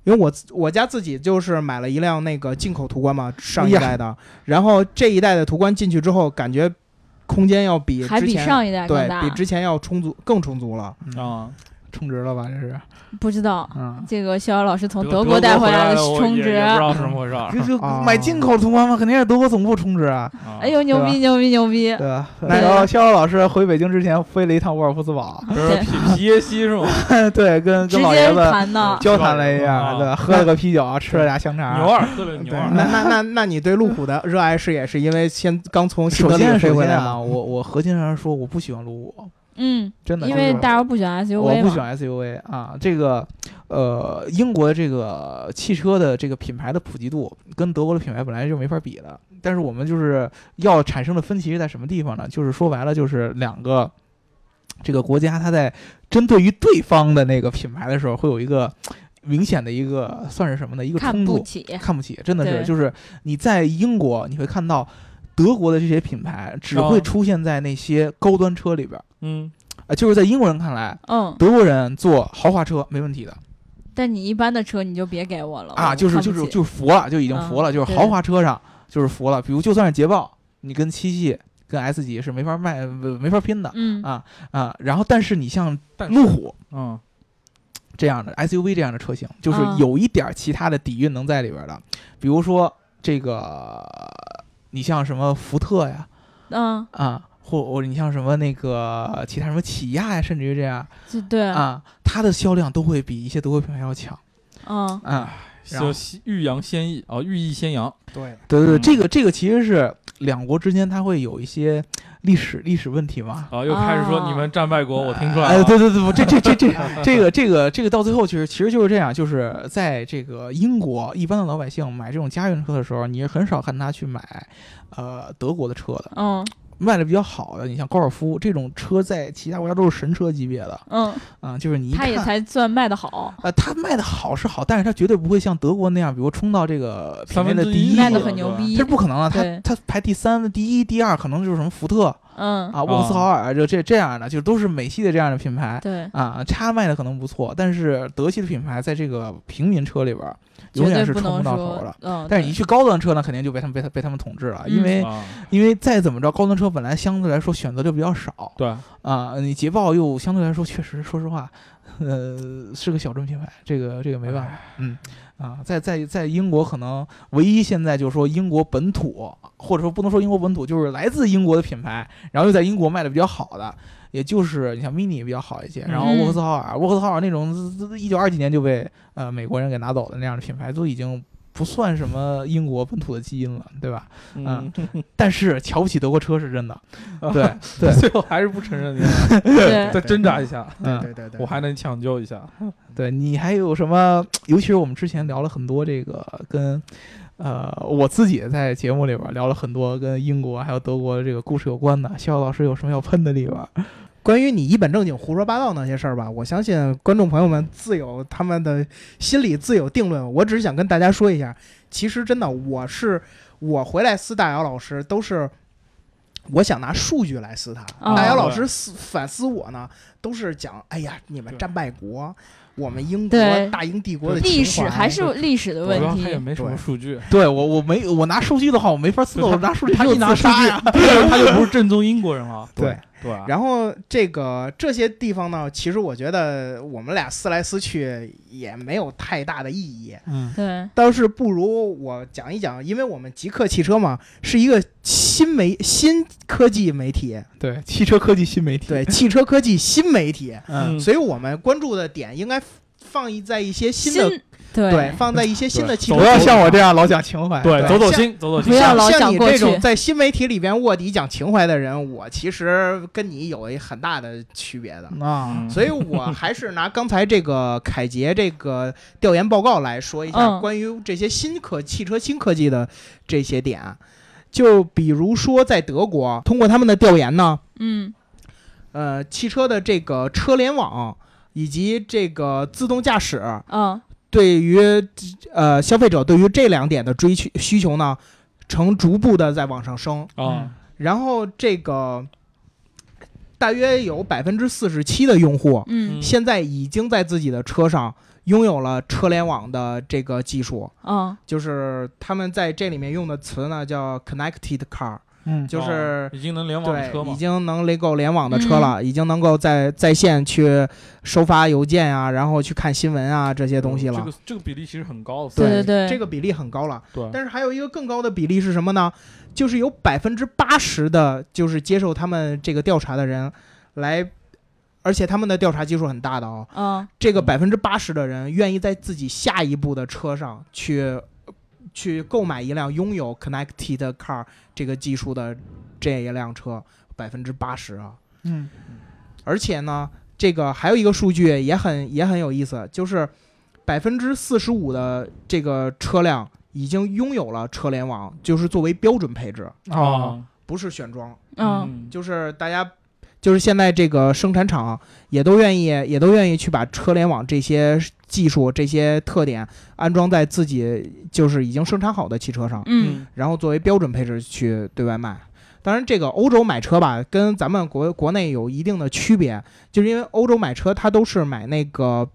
[SPEAKER 3] 因为我自我家自己就是买了一辆那个进口途观嘛，上一
[SPEAKER 4] 哎呀
[SPEAKER 3] 代的，然后这一代的途观进去之后，感觉空间要比
[SPEAKER 2] 还
[SPEAKER 3] 之
[SPEAKER 2] 比
[SPEAKER 3] 前
[SPEAKER 2] 上一代更
[SPEAKER 3] 对
[SPEAKER 2] 大
[SPEAKER 3] 比，之前要充足更充足了。
[SPEAKER 5] 啊，
[SPEAKER 4] 充值了吧？这是，
[SPEAKER 2] 不知道
[SPEAKER 4] 嗯，
[SPEAKER 2] 这个逍遥老师从
[SPEAKER 5] 德
[SPEAKER 2] 国带
[SPEAKER 5] 回
[SPEAKER 2] 来的
[SPEAKER 5] 我
[SPEAKER 2] 充
[SPEAKER 5] 也
[SPEAKER 2] 值
[SPEAKER 5] 也，不知道是怎么回 事儿。
[SPEAKER 4] 这就
[SPEAKER 3] 啊
[SPEAKER 4] 买进口途观嘛，肯定是德国总部充值啊。
[SPEAKER 5] 啊
[SPEAKER 2] 哎，呦，牛逼牛逼牛逼！
[SPEAKER 4] 对吧？
[SPEAKER 3] 那
[SPEAKER 4] 然后逍遥老师回北京之前飞了一趟沃尔夫斯堡，
[SPEAKER 5] 这是皮皮耶西 是吗？
[SPEAKER 4] 对，跟
[SPEAKER 2] 直
[SPEAKER 4] 跟老爷
[SPEAKER 2] 接
[SPEAKER 4] 子
[SPEAKER 2] 谈 呢，
[SPEAKER 4] 交谈了一
[SPEAKER 5] 啊
[SPEAKER 4] 下，对吧，喝了个啤酒，吃了俩香
[SPEAKER 5] 牛
[SPEAKER 4] 肠。
[SPEAKER 5] 二喝了牛
[SPEAKER 3] 对，
[SPEAKER 5] 二
[SPEAKER 3] 那那那那你对路虎的热爱是也是因为先刚从新德
[SPEAKER 4] 首
[SPEAKER 3] 里
[SPEAKER 4] 先，
[SPEAKER 3] 飞
[SPEAKER 4] 首
[SPEAKER 3] 回来
[SPEAKER 4] 先
[SPEAKER 3] 吗
[SPEAKER 4] 啊，我我核心上来说，我不喜欢路虎，
[SPEAKER 2] 嗯，
[SPEAKER 4] 真的，
[SPEAKER 2] 因为
[SPEAKER 4] 就是
[SPEAKER 2] 大姚不喜欢 SUV 嘛，
[SPEAKER 4] 我不喜欢 SUV 啊。这个呃，英国的这个汽车的这个品牌的普及度跟德国的品牌本来就没法比的，但是我们就是要产生的分歧是在什么地方呢？就是说白了，就是两个这个国家它在针对于对方的那个品牌的时候，会有一个明显的一个算是什么呢？一个
[SPEAKER 2] 看
[SPEAKER 4] 冲
[SPEAKER 2] 不
[SPEAKER 4] 突。
[SPEAKER 2] 起，
[SPEAKER 4] 看不起，真的
[SPEAKER 2] 对
[SPEAKER 4] 是，就是你在英国你会看到德国的这些品牌只
[SPEAKER 2] 哦
[SPEAKER 4] 会
[SPEAKER 5] 啊
[SPEAKER 4] 出现在那些高端车里边儿，
[SPEAKER 5] 嗯，
[SPEAKER 4] 呃，就是在英国人看来，
[SPEAKER 2] 嗯，
[SPEAKER 4] 德国人坐豪华车没问题的
[SPEAKER 2] 但你一般的车你就别给我了
[SPEAKER 4] 啊，就是就是就是服了，就已经服了，
[SPEAKER 2] 嗯
[SPEAKER 4] 就是
[SPEAKER 2] 对
[SPEAKER 4] 豪华车上就是服了，比如就算是捷豹，你跟七系跟 S 级是没法卖没没法拼的
[SPEAKER 2] 嗯
[SPEAKER 4] 啊啊，然后但是你像
[SPEAKER 5] 但是
[SPEAKER 4] 路虎。
[SPEAKER 5] 嗯
[SPEAKER 4] 这样的 SUV 这样的车型，就是
[SPEAKER 2] 啊
[SPEAKER 4] 有一点儿其他的底蕴能在里边儿的，比如说这个，你像什么福特呀，
[SPEAKER 2] 嗯，
[SPEAKER 4] 啊，或或者你像什么那个其他什么起亚呀，甚至于这样
[SPEAKER 2] 这对，
[SPEAKER 4] 啊，它的销量都会比一些德国品牌要强
[SPEAKER 2] 嗯
[SPEAKER 4] 啊。然
[SPEAKER 5] 就
[SPEAKER 4] 后
[SPEAKER 5] 西欲扬先抑啊，欲抑先扬。
[SPEAKER 3] 对，
[SPEAKER 4] 对对对，
[SPEAKER 5] 嗯
[SPEAKER 4] 这个这个其实是两国之间它会有一些历史历史问题嘛。
[SPEAKER 5] 啊，又开始说
[SPEAKER 2] 啊
[SPEAKER 5] 你们战败国，我听出来
[SPEAKER 4] 哎，
[SPEAKER 5] 了。
[SPEAKER 4] 对对对，不这这 这这这个这个这个到最后，其实其实就是这样，就是在这个英国，一般的老百姓买这种家用车的时候，你是很少看他去买，呃，德国的车的，
[SPEAKER 2] 嗯
[SPEAKER 4] 卖的比较好的，你像高尔夫这种车，在其他国家都是神车级别的
[SPEAKER 2] 嗯，
[SPEAKER 4] 啊，就是你一
[SPEAKER 2] 他也
[SPEAKER 4] 看
[SPEAKER 2] 才算卖的好，
[SPEAKER 4] 呃，它卖的好是好，但是它绝对不会像德国那样，比如冲到这个品
[SPEAKER 5] 三
[SPEAKER 4] 类
[SPEAKER 5] 分
[SPEAKER 4] 的
[SPEAKER 5] 之
[SPEAKER 4] 第
[SPEAKER 5] 一
[SPEAKER 4] 一，
[SPEAKER 2] 卖的
[SPEAKER 5] 得
[SPEAKER 2] 很牛
[SPEAKER 4] 这
[SPEAKER 2] 逼
[SPEAKER 4] 是，不可能的。
[SPEAKER 2] 对
[SPEAKER 4] 它它排第三、第一、第二，可能就是什么福特
[SPEAKER 2] 嗯，
[SPEAKER 4] 啊、沃克斯豪尔，就这这样的，就都是美系的这样的品牌
[SPEAKER 2] 对，
[SPEAKER 4] 啊。它卖的可能不错，但是德系的品牌在这个平民车里边儿永
[SPEAKER 2] 绝
[SPEAKER 4] 远
[SPEAKER 2] 对
[SPEAKER 4] 是
[SPEAKER 2] 不
[SPEAKER 4] 冲
[SPEAKER 2] 能
[SPEAKER 4] 不到头
[SPEAKER 2] 说
[SPEAKER 4] 的，。
[SPEAKER 2] 嗯，
[SPEAKER 4] 但是你一
[SPEAKER 2] 对
[SPEAKER 4] 去高端车呢，肯定就被他们被他被他们统治了，因
[SPEAKER 2] 嗯
[SPEAKER 4] 为、
[SPEAKER 5] 啊，
[SPEAKER 4] 因为再怎么着，高端车本来相对来说选择就比较少，
[SPEAKER 5] 对，
[SPEAKER 4] 啊，你捷豹又相对来说确实，说实话，呃，是个小众品牌，这个这个没办法，嗯，啊，在在在英国可能唯一现在就是说英国本土，或者说不能说英国本土，就是来自英国的品牌，然后又在英国卖的比较好的，也就是你像 Mini 比较好一些，然后
[SPEAKER 2] 嗯
[SPEAKER 4] 沃克斯豪尔，沃克斯豪尔那种一九二几年就被呃美国人给拿走的那样的品牌，都已经不算什么英国本土的基因了，对吧？嗯，但是瞧不起德国车是真的， 对对
[SPEAKER 5] 最后还是不承认的，
[SPEAKER 2] 对
[SPEAKER 5] 再挣扎一下，
[SPEAKER 4] 嗯，
[SPEAKER 3] 对对对，
[SPEAKER 5] 我还能抢救一下。
[SPEAKER 4] 对你还有什么？尤其是我们之前聊了很多这个跟，呃，我自己在节目里边聊了很多跟英国还有德国这个故事有关的。逍遥老师有什么要喷的地方？
[SPEAKER 3] 关于你一本正经胡说八道那些事儿吧，我相信观众朋友们自有他们的心里自有定论。我只是想跟大家说一下，其实真的我是我回来撕大姚老师都是。我想拿数据来撕他，
[SPEAKER 2] 哦
[SPEAKER 3] 大姚老师撕反思我呢，都是讲，哎呀，你们战败国，我们英国
[SPEAKER 2] 对
[SPEAKER 3] 大英帝国的
[SPEAKER 2] 历
[SPEAKER 3] 情
[SPEAKER 2] 史
[SPEAKER 3] 怀
[SPEAKER 2] 还是历史的
[SPEAKER 5] 主
[SPEAKER 2] 问
[SPEAKER 5] 要他也
[SPEAKER 2] 题。
[SPEAKER 5] 没什么数据， 啊
[SPEAKER 4] 对我我没我拿数据的话，我没法自
[SPEAKER 5] 对
[SPEAKER 4] 我
[SPEAKER 5] 他
[SPEAKER 4] 拿数据，他
[SPEAKER 5] 一拿
[SPEAKER 4] 自
[SPEAKER 5] 数
[SPEAKER 4] 杀
[SPEAKER 5] 据
[SPEAKER 4] 呀。，
[SPEAKER 5] 他就不是正宗英国人了。
[SPEAKER 3] 对
[SPEAKER 5] 对啊吧，
[SPEAKER 3] 然后这个这些地方呢，其实我觉得我们俩撕来撕去也没有太大的意义，
[SPEAKER 5] 嗯，
[SPEAKER 2] 对，
[SPEAKER 3] 倒是不如我讲一讲，因为我们极客汽车嘛是一个新媒新科技媒体，
[SPEAKER 4] 对，汽车科技新媒体。
[SPEAKER 3] 对，汽车科技新媒体，
[SPEAKER 4] 嗯，
[SPEAKER 3] 所以我们关注的点应该放一在一些新的
[SPEAKER 2] 新对
[SPEAKER 3] 对，放在一些新的汽车，
[SPEAKER 4] 不要像我这。样老讲情怀。
[SPEAKER 5] 对，
[SPEAKER 3] 对
[SPEAKER 5] 走走
[SPEAKER 3] 像
[SPEAKER 5] 心，走走
[SPEAKER 2] 不
[SPEAKER 5] 心。
[SPEAKER 2] 要
[SPEAKER 3] 像
[SPEAKER 2] 老
[SPEAKER 3] 像
[SPEAKER 2] 讲
[SPEAKER 3] 你
[SPEAKER 2] 过
[SPEAKER 3] 这种
[SPEAKER 2] 去
[SPEAKER 3] 在新媒体里边卧底讲情怀的人，我其实跟你有一很大的区别的。
[SPEAKER 4] 啊，
[SPEAKER 3] 所以我还是拿刚才这个凯捷这个调研报告来说一下
[SPEAKER 2] 嗯
[SPEAKER 3] 关于这些新科汽车新科技的这些点，啊就比如说在德国，通过他们的调研呢，
[SPEAKER 2] 嗯
[SPEAKER 3] 呃，汽车的这个车联网以及这个自动驾驶
[SPEAKER 2] 嗯
[SPEAKER 3] 对于呃消费者对于这两点的追求需求呢，呈逐步的在往上升，
[SPEAKER 5] 啊，
[SPEAKER 3] 然后这个大约有百分之四十七的用户。
[SPEAKER 2] 嗯
[SPEAKER 5] 嗯
[SPEAKER 3] 现在已经在自己的车上拥有了车联网的这个技术，
[SPEAKER 2] 嗯
[SPEAKER 3] 就是他们在这里面用的词呢叫 connected car，
[SPEAKER 4] 嗯，
[SPEAKER 3] 就
[SPEAKER 5] 哦
[SPEAKER 3] 是。
[SPEAKER 5] 已经能联网车嗯
[SPEAKER 3] 对，
[SPEAKER 5] 嘛
[SPEAKER 3] 已，经能能够联网的车了，已经能够在在线去收发邮件啊，然后去看新闻啊这些东西了。
[SPEAKER 5] 哦这个这个比例其实很高的，
[SPEAKER 2] 对对对
[SPEAKER 3] 这个比例很高了。
[SPEAKER 5] 对，
[SPEAKER 3] 但是还有一个更高的比例是什么呢？就是有百分之八十的，就是接受他们这个调查的人来，而且他们的调查基数很大的哦，
[SPEAKER 2] 嗯
[SPEAKER 3] 这个
[SPEAKER 5] 嗯
[SPEAKER 3] 百分之八十的人愿意在自己下一步的车上去去购买一辆拥有 connected car 这个技术的这一辆车，百分之八十啊！
[SPEAKER 4] 嗯
[SPEAKER 3] 而且呢，这个还有一个数据也很也很有意思，就是百分之四十五的这个车辆已经拥有了车联网，就是作为标准配置，
[SPEAKER 4] 哦，
[SPEAKER 3] 不是选装，
[SPEAKER 2] 嗯
[SPEAKER 5] 嗯，
[SPEAKER 3] 就是大家。就是现在这个生产厂也都愿意，也都愿意去把车联网这些技术、这些特点安装在自己就是已经生产好的汽车上，
[SPEAKER 2] 嗯
[SPEAKER 3] 然后作为标准配置去对外卖。当然，这个欧洲买车吧，跟咱们国国内有一定的区别，就是因为欧洲买车它都是买那个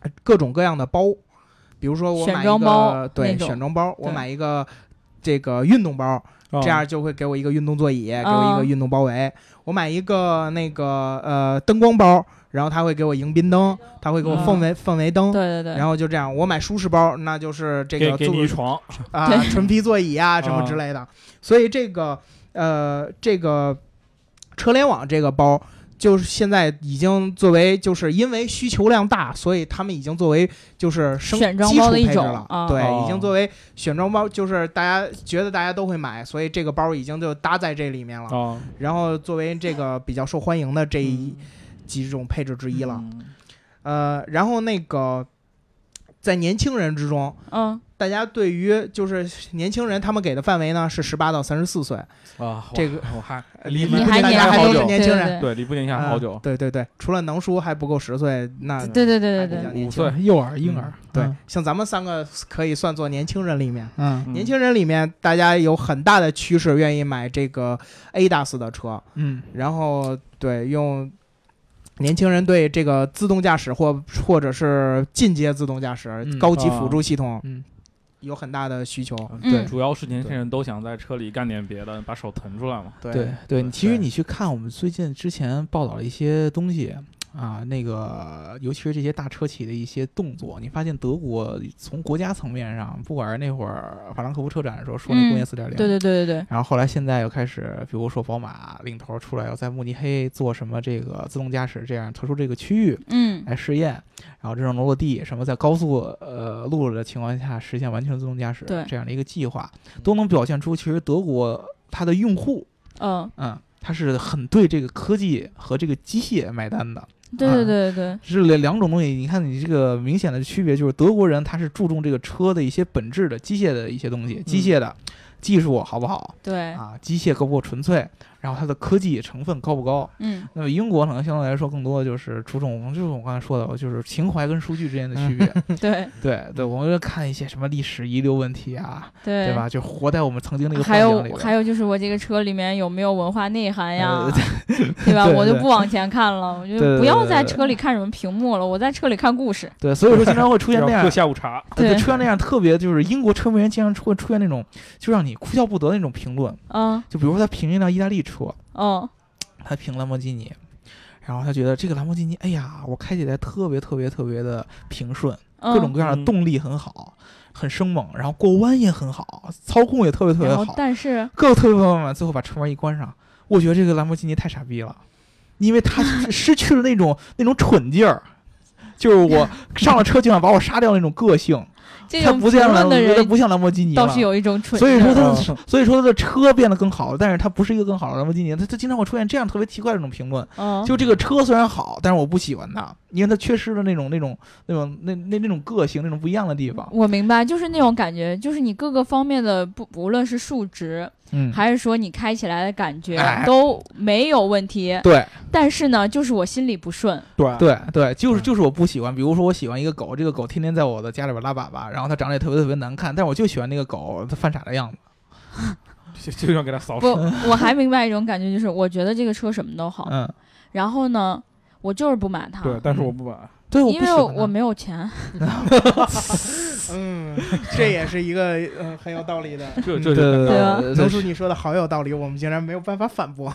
[SPEAKER 3] 呃各种各样的包，比如说我买
[SPEAKER 2] 选
[SPEAKER 3] 一
[SPEAKER 2] 装包
[SPEAKER 3] 个对
[SPEAKER 2] 那种
[SPEAKER 3] 选装包，我
[SPEAKER 2] 对
[SPEAKER 3] 买一个这个运动包，
[SPEAKER 5] 哦
[SPEAKER 3] 这样就会给我一个运动座椅，给我一
[SPEAKER 5] 嗯
[SPEAKER 3] 个运动包围。我买一个那个呃灯光包，然后它会给我迎宾灯，它会给我
[SPEAKER 2] 嗯
[SPEAKER 3] 氛围、氛围灯。
[SPEAKER 2] 对对对，
[SPEAKER 3] 然后就这样，我买舒适包，那就是这
[SPEAKER 5] 给
[SPEAKER 3] 个
[SPEAKER 5] 给
[SPEAKER 3] 座
[SPEAKER 5] 你一床，
[SPEAKER 3] 啊
[SPEAKER 2] 对，
[SPEAKER 3] 纯皮座椅啊什么
[SPEAKER 5] 啊
[SPEAKER 3] 之类的。所以这个呃，这个车联网这个包，就是现在已经作为，就是因为需求量大，所以他们已经作为就是生
[SPEAKER 2] 选装
[SPEAKER 3] 基础
[SPEAKER 2] 包的一
[SPEAKER 3] 配置
[SPEAKER 2] 种
[SPEAKER 3] 了。
[SPEAKER 2] 啊
[SPEAKER 3] 对，
[SPEAKER 5] 哦
[SPEAKER 3] 已经作为选装包，就是大家觉得大家都会买，所以这个包已经就搭在这里面
[SPEAKER 2] 哦
[SPEAKER 3] 了。
[SPEAKER 5] 啊，
[SPEAKER 3] 然后作为这个比较受欢迎的这一
[SPEAKER 5] 嗯
[SPEAKER 3] 几种配置之一了。
[SPEAKER 5] 嗯
[SPEAKER 3] 呃，然后那个在年轻人之中。
[SPEAKER 2] 嗯
[SPEAKER 3] 大家对于就是年轻人，他们给的范围呢是十八到三十四岁，
[SPEAKER 5] 啊，我
[SPEAKER 3] 这个呃
[SPEAKER 5] 我还
[SPEAKER 3] 你
[SPEAKER 5] 离
[SPEAKER 2] 你
[SPEAKER 5] 不
[SPEAKER 2] 还
[SPEAKER 5] 大
[SPEAKER 3] 大
[SPEAKER 2] 年
[SPEAKER 5] 家
[SPEAKER 3] 家
[SPEAKER 2] 还
[SPEAKER 3] 还
[SPEAKER 5] 好
[SPEAKER 2] 没
[SPEAKER 3] 都是
[SPEAKER 5] 久，
[SPEAKER 3] 年轻人，
[SPEAKER 2] 对
[SPEAKER 5] 对，离不年下好久
[SPEAKER 3] 呃，对对对，除了能叔还不够十岁，那
[SPEAKER 2] 对对对对
[SPEAKER 3] 还比较
[SPEAKER 2] 对，嗯
[SPEAKER 3] 年轻
[SPEAKER 5] 五岁，
[SPEAKER 4] 嗯幼儿婴儿，
[SPEAKER 3] 嗯对，像咱们三个可以算作年轻人里面，
[SPEAKER 4] 嗯
[SPEAKER 5] 嗯
[SPEAKER 3] 年轻人里面大家有很大的趋势愿意买这个 ADAS 的车，
[SPEAKER 4] 嗯
[SPEAKER 3] 然后对用。年轻人对这个自动驾驶或或者是进阶自动驾驶、
[SPEAKER 4] 嗯
[SPEAKER 3] 高级
[SPEAKER 5] 啊
[SPEAKER 3] 辅助系统、
[SPEAKER 4] 嗯
[SPEAKER 3] 有很大的需求。
[SPEAKER 5] 对，
[SPEAKER 2] 嗯
[SPEAKER 5] 主要是年轻人都想在车里干点别的，把手腾出来嘛。
[SPEAKER 3] 对
[SPEAKER 4] 对对，你其实你去看我们最近之前报道的一些东西，啊，那个尤其是这些大车企的一些动作，你发现德国从国家层面上，不管是那会儿法兰克福车展的时候说那
[SPEAKER 2] 嗯
[SPEAKER 4] 工业四点零，
[SPEAKER 2] 对对对对对，
[SPEAKER 4] 然后后来现在又开始，比如说宝马领头出来要在慕尼黑做什么这个自动驾驶这样特殊这个区域
[SPEAKER 2] 嗯
[SPEAKER 4] 来试验，然后真正落地，什么在高速呃路的情况下实现完全自动驾驶
[SPEAKER 2] 对
[SPEAKER 4] 这样的一个计划，
[SPEAKER 3] 嗯
[SPEAKER 4] 都能表现出其实德国它的用户，
[SPEAKER 2] 嗯，
[SPEAKER 4] 嗯，它是很对这个科技和这个机械买单的。
[SPEAKER 2] 对对
[SPEAKER 4] 嗯
[SPEAKER 2] 对对，
[SPEAKER 4] 是两两种东西，你看你这个明显的区别就是德国人他是注重这个车的一些本质的机械的一些东西，机械的技术好不
[SPEAKER 2] 嗯
[SPEAKER 4] 好，
[SPEAKER 2] 对，
[SPEAKER 4] 啊，机械够不够纯粹，然后它的科技成分高不高？
[SPEAKER 2] 嗯
[SPEAKER 4] 那么英国可能相对来说更多的就是注重，就是我刚才说的，就是情怀跟数据之间的区别。
[SPEAKER 2] 对
[SPEAKER 4] 对对，我们就看一些什么历史遗留问题啊，
[SPEAKER 2] 对
[SPEAKER 4] 对吧？就活在我们曾经那个
[SPEAKER 2] 还
[SPEAKER 4] 幻想里
[SPEAKER 2] 有
[SPEAKER 4] 边。
[SPEAKER 2] 还有就是我这个车里面有没有文化内涵呀
[SPEAKER 4] 呃，
[SPEAKER 2] 对吧？
[SPEAKER 4] 对
[SPEAKER 2] 我就
[SPEAKER 4] 对
[SPEAKER 2] 不往前看了，我就
[SPEAKER 4] 对对
[SPEAKER 2] 不要
[SPEAKER 4] 对
[SPEAKER 2] 在
[SPEAKER 4] 对啊
[SPEAKER 2] 车里看什么屏幕了，我在车里看故事。
[SPEAKER 4] 对，所以说经常会出现
[SPEAKER 5] 要
[SPEAKER 4] 那样
[SPEAKER 5] 喝，下午茶，
[SPEAKER 4] 呃
[SPEAKER 2] 对
[SPEAKER 4] 出现那样特别就是英国车迷人经常会出现那种就让你哭笑不得的那种评论，
[SPEAKER 2] 嗯
[SPEAKER 4] 就比如说他评一辆意大利车，
[SPEAKER 2] 嗯
[SPEAKER 4] 他评兰博基尼，然后他觉得这个兰博基尼，哎呀，我开起来特别特别特别的平顺。
[SPEAKER 2] 嗯，
[SPEAKER 4] 各种各样的
[SPEAKER 5] 嗯
[SPEAKER 4] 动力很好，很生猛，然后过弯也很好，操控也特别特别
[SPEAKER 2] 然后
[SPEAKER 4] 好，
[SPEAKER 2] 但是
[SPEAKER 4] 各个特别棒棒。最后把车门一关上，我觉得这个兰博基尼太傻逼了，因为它失去了那种那种蠢劲儿。就是我上了车就想把我杀掉那种个性，
[SPEAKER 2] 这
[SPEAKER 4] 它
[SPEAKER 2] 种
[SPEAKER 4] 不
[SPEAKER 2] 评
[SPEAKER 4] 像兰
[SPEAKER 2] 论的
[SPEAKER 4] 它
[SPEAKER 2] 人
[SPEAKER 4] 不像兰博基尼
[SPEAKER 2] 倒
[SPEAKER 4] 了
[SPEAKER 2] 是有一种蠢劲
[SPEAKER 4] 所以
[SPEAKER 2] 儿，
[SPEAKER 4] 说它的
[SPEAKER 5] 嗯
[SPEAKER 4] 所以说它的车变得更好，但是它不是一个更好的兰博基尼，它它经常会出现这样特别奇怪的这种评论，
[SPEAKER 2] 嗯
[SPEAKER 4] 就这个车虽然好，但是我不喜欢它，因为它缺失了那种那种那种那那那种个性那种不一样的地方。
[SPEAKER 2] 我明白，就是那种感觉，就是你各个方面的不，无论是数值
[SPEAKER 4] 嗯，
[SPEAKER 2] 还是说你开起来的感觉
[SPEAKER 4] 哎
[SPEAKER 2] 都没有问题，
[SPEAKER 4] 对
[SPEAKER 2] 但是呢，就是我心里不顺。
[SPEAKER 5] 对，
[SPEAKER 4] 对啊对，就是
[SPEAKER 5] 嗯
[SPEAKER 4] 就是我不喜欢，比如说我喜欢一个狗，这个狗天天在我的家里边拉粑粑，然后它长得也特别特别难看，但我就喜欢那个狗它犯傻的样子。
[SPEAKER 5] 就就想给他扫
[SPEAKER 4] 哦
[SPEAKER 2] 不
[SPEAKER 5] 帚。，
[SPEAKER 2] 我还明白一种感觉，就是我觉得这个车什么都好，
[SPEAKER 4] 嗯，
[SPEAKER 2] 然后呢，我就是不买它，
[SPEAKER 5] 对，但是我不买。
[SPEAKER 4] 对，我
[SPEAKER 2] 因
[SPEAKER 4] 不喜
[SPEAKER 2] 为
[SPEAKER 4] 欢
[SPEAKER 2] 我
[SPEAKER 4] 它。
[SPEAKER 2] 没有钱。
[SPEAKER 3] 嗯，这也是一个嗯很有道理的。
[SPEAKER 5] 这这
[SPEAKER 4] 嗯对
[SPEAKER 5] 就
[SPEAKER 4] 对
[SPEAKER 2] 对
[SPEAKER 4] 对
[SPEAKER 2] 啊
[SPEAKER 4] 对
[SPEAKER 3] 刘
[SPEAKER 4] 对
[SPEAKER 3] 叔，你说的好有道理，我们竟然没有办法反驳。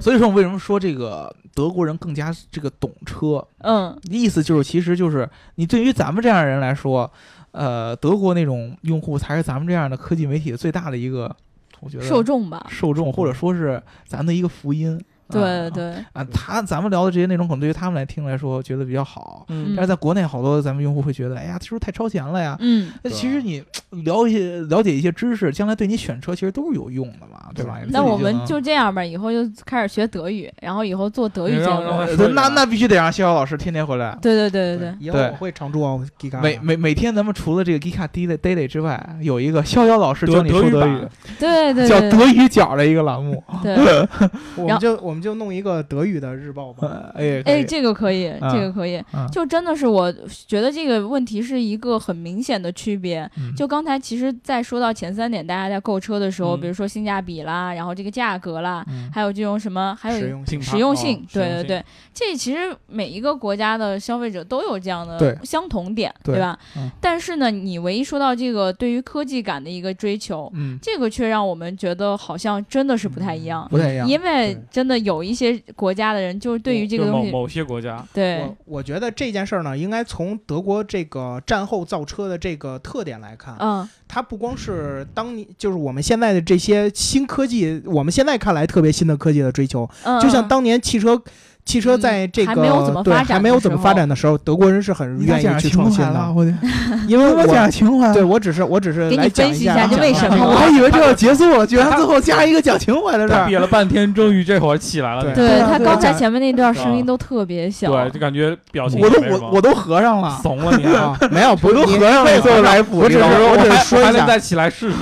[SPEAKER 4] 所以说我为什么说这个德国人更加这个懂车？
[SPEAKER 2] 嗯，
[SPEAKER 4] 意思就是，其实就是你对于咱们这样的人来说，呃，德国那种用户才是咱们这样的科技媒体最大的一个，我觉得
[SPEAKER 2] 受众吧，
[SPEAKER 4] 受众，或者说是咱的一个福音。
[SPEAKER 2] 对
[SPEAKER 4] 啊
[SPEAKER 2] 对，
[SPEAKER 4] 啊，他咱们聊的这些内容，可能对于他们来听来说，觉得比较好。
[SPEAKER 5] 嗯
[SPEAKER 4] 但是在国内，好多咱们用户会觉得，哎呀，这是不是太超前了呀？
[SPEAKER 2] 嗯。
[SPEAKER 4] 那
[SPEAKER 5] 对啊
[SPEAKER 4] 其实你了解了解一些知识，将来对你选车其实都是有用的嘛，对吧？
[SPEAKER 5] 对
[SPEAKER 4] 哎你自己嗯
[SPEAKER 2] 那我们
[SPEAKER 4] 能
[SPEAKER 2] 就这样吧，以后就开始学德语，然后以后做德语节
[SPEAKER 5] 让让
[SPEAKER 2] 目
[SPEAKER 5] 他。
[SPEAKER 4] 呃
[SPEAKER 5] 说一
[SPEAKER 4] 那
[SPEAKER 5] 下
[SPEAKER 4] 那必须得让逍遥老师天天回来。
[SPEAKER 2] 对对对对
[SPEAKER 3] 以后
[SPEAKER 4] 对
[SPEAKER 3] 我会啊常驻奥迪卡。
[SPEAKER 4] 每每每天，咱们除了这个 Gika Daily Daily 之外，有一个逍遥老师教你说
[SPEAKER 5] 德
[SPEAKER 4] 德
[SPEAKER 5] 德语
[SPEAKER 4] 语
[SPEAKER 5] 版，
[SPEAKER 2] 对对对
[SPEAKER 4] 叫
[SPEAKER 2] 对
[SPEAKER 4] 德语角的一个栏 目。
[SPEAKER 2] 对。
[SPEAKER 3] 我
[SPEAKER 2] 然
[SPEAKER 3] 们
[SPEAKER 2] 后
[SPEAKER 3] 就我们就弄一个德语的日报吧。
[SPEAKER 4] 呃哎呀，可
[SPEAKER 2] 哎，
[SPEAKER 4] 以
[SPEAKER 2] 这个可以，
[SPEAKER 4] 啊
[SPEAKER 2] 这个可以，
[SPEAKER 4] 啊
[SPEAKER 2] 就真的是我觉得这个问题是一个很明显的区别。
[SPEAKER 4] 嗯
[SPEAKER 2] 就刚才其实，在说到前三点，大家在购车的时候，
[SPEAKER 5] 嗯
[SPEAKER 2] 比如说性价比啦，然后这个价格啦，
[SPEAKER 4] 嗯
[SPEAKER 2] 还有这种什么，还有
[SPEAKER 3] 实
[SPEAKER 2] 一
[SPEAKER 3] 用性
[SPEAKER 5] 品牌
[SPEAKER 2] 实用性，
[SPEAKER 5] 哦
[SPEAKER 2] 对
[SPEAKER 5] 实
[SPEAKER 2] 对
[SPEAKER 5] 用性
[SPEAKER 2] 对，这其实每一个国家的消费者都有这样
[SPEAKER 4] 对
[SPEAKER 2] 的相同点，
[SPEAKER 4] 对
[SPEAKER 2] 吧、
[SPEAKER 4] 嗯
[SPEAKER 2] 但是呢，你唯一说到这个对于科技感的一个追求，
[SPEAKER 4] 嗯，
[SPEAKER 2] 这个却让我们觉得好像真的是不太一样。
[SPEAKER 4] 不太一样。
[SPEAKER 2] 因为
[SPEAKER 3] 对
[SPEAKER 2] 真的有一些国家的人，就是对于这个
[SPEAKER 5] 就
[SPEAKER 2] 东
[SPEAKER 5] 某
[SPEAKER 2] 西，
[SPEAKER 5] 某些国家，
[SPEAKER 2] 对
[SPEAKER 3] 我，我觉得这件事儿呢，应该从德国这个战后造车的这个特点来看，
[SPEAKER 2] 嗯，
[SPEAKER 3] 它不光是当你就是我们现在的这些新科技，我们现在看来特别新的科技的追求，
[SPEAKER 2] 嗯，
[SPEAKER 3] 就像当年汽车。汽车在这个、
[SPEAKER 2] 还没有怎么
[SPEAKER 3] 对
[SPEAKER 2] 发展的
[SPEAKER 3] 还没有怎么
[SPEAKER 2] 时候
[SPEAKER 3] 发展的时候，德国人是很
[SPEAKER 4] 你咋
[SPEAKER 3] 愿
[SPEAKER 4] 讲
[SPEAKER 3] 意去
[SPEAKER 4] 情
[SPEAKER 3] 创新
[SPEAKER 4] 怀了，
[SPEAKER 3] 的。
[SPEAKER 4] 我的，
[SPEAKER 3] 因为
[SPEAKER 4] 我
[SPEAKER 3] 我
[SPEAKER 4] 讲情怀了
[SPEAKER 3] 对我只是我只是
[SPEAKER 2] 给你
[SPEAKER 3] 来讲
[SPEAKER 2] 分析一
[SPEAKER 3] 下
[SPEAKER 2] 下
[SPEAKER 3] 讲
[SPEAKER 2] 这为什么
[SPEAKER 3] 这个
[SPEAKER 4] 我还以为这要结束了，居然最后加一个讲情怀的事
[SPEAKER 5] 他
[SPEAKER 4] 儿。
[SPEAKER 5] 憋了半天，终于这会儿起来了。
[SPEAKER 3] 对
[SPEAKER 2] 对
[SPEAKER 4] 对啊
[SPEAKER 2] 他
[SPEAKER 4] 对
[SPEAKER 2] 刚
[SPEAKER 4] 我
[SPEAKER 2] 才
[SPEAKER 4] 讲
[SPEAKER 2] 前面那段
[SPEAKER 5] 是
[SPEAKER 2] 声音
[SPEAKER 5] 啊
[SPEAKER 2] 都特别小，
[SPEAKER 5] 对，就感觉表情
[SPEAKER 4] 我都
[SPEAKER 5] 也没什么
[SPEAKER 4] 我我都合上了，
[SPEAKER 5] 怂了你啊！
[SPEAKER 3] 啊，没有，不
[SPEAKER 4] 我都
[SPEAKER 3] 你
[SPEAKER 4] 合上了，最后来一补
[SPEAKER 3] 我
[SPEAKER 4] 一
[SPEAKER 3] 只是
[SPEAKER 4] 刀。
[SPEAKER 3] 说，我只是
[SPEAKER 5] 我
[SPEAKER 3] 说
[SPEAKER 5] 还
[SPEAKER 3] 一
[SPEAKER 5] 能
[SPEAKER 3] 下，
[SPEAKER 5] 再起来试试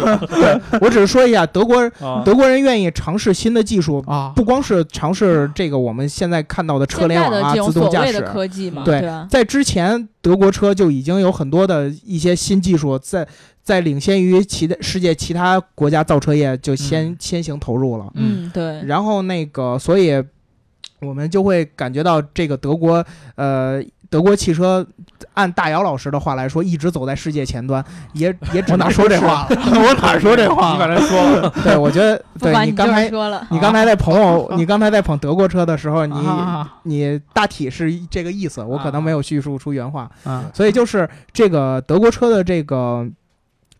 [SPEAKER 3] 我只是说一下，德国
[SPEAKER 5] 啊！
[SPEAKER 3] 德国人愿意尝试新的技术，
[SPEAKER 4] 啊，
[SPEAKER 3] 不光是尝试这个我们现在看到的车
[SPEAKER 2] 现
[SPEAKER 3] 联
[SPEAKER 2] 在
[SPEAKER 3] 网
[SPEAKER 2] 的
[SPEAKER 3] 啊、
[SPEAKER 2] 这种
[SPEAKER 3] 自
[SPEAKER 2] 所
[SPEAKER 3] 动驾
[SPEAKER 2] 谓的
[SPEAKER 3] 驶。
[SPEAKER 2] 科技嘛，
[SPEAKER 3] 对
[SPEAKER 2] 吧？
[SPEAKER 3] 在之前，德国车就已经有很多的一些新技术在在领先于其他世界其他国家造车业就先、
[SPEAKER 4] 嗯
[SPEAKER 3] 先行投入了。
[SPEAKER 2] 嗯，对，
[SPEAKER 3] 然后那个，所以我们就会感觉到这个德国，呃，德国汽车按大姚老师的话来说，一直走在世界前端， 也也只
[SPEAKER 4] 我
[SPEAKER 3] 能
[SPEAKER 4] 哪说这
[SPEAKER 3] 是？
[SPEAKER 4] 话了？我哪说这话
[SPEAKER 5] 你
[SPEAKER 4] 了
[SPEAKER 5] 把？它说了，
[SPEAKER 3] 对，我觉得
[SPEAKER 2] 不
[SPEAKER 3] 对
[SPEAKER 2] 管
[SPEAKER 3] 你
[SPEAKER 2] 你这
[SPEAKER 3] 刚
[SPEAKER 2] 么
[SPEAKER 3] 才
[SPEAKER 2] 说了，
[SPEAKER 3] 你刚才在捧我，你刚才在捧德国车的时候，你
[SPEAKER 4] 啊
[SPEAKER 3] 你大体是这个意思，我可能没有叙述出原话，
[SPEAKER 4] 啊
[SPEAKER 3] 所以就是这个德国车的这个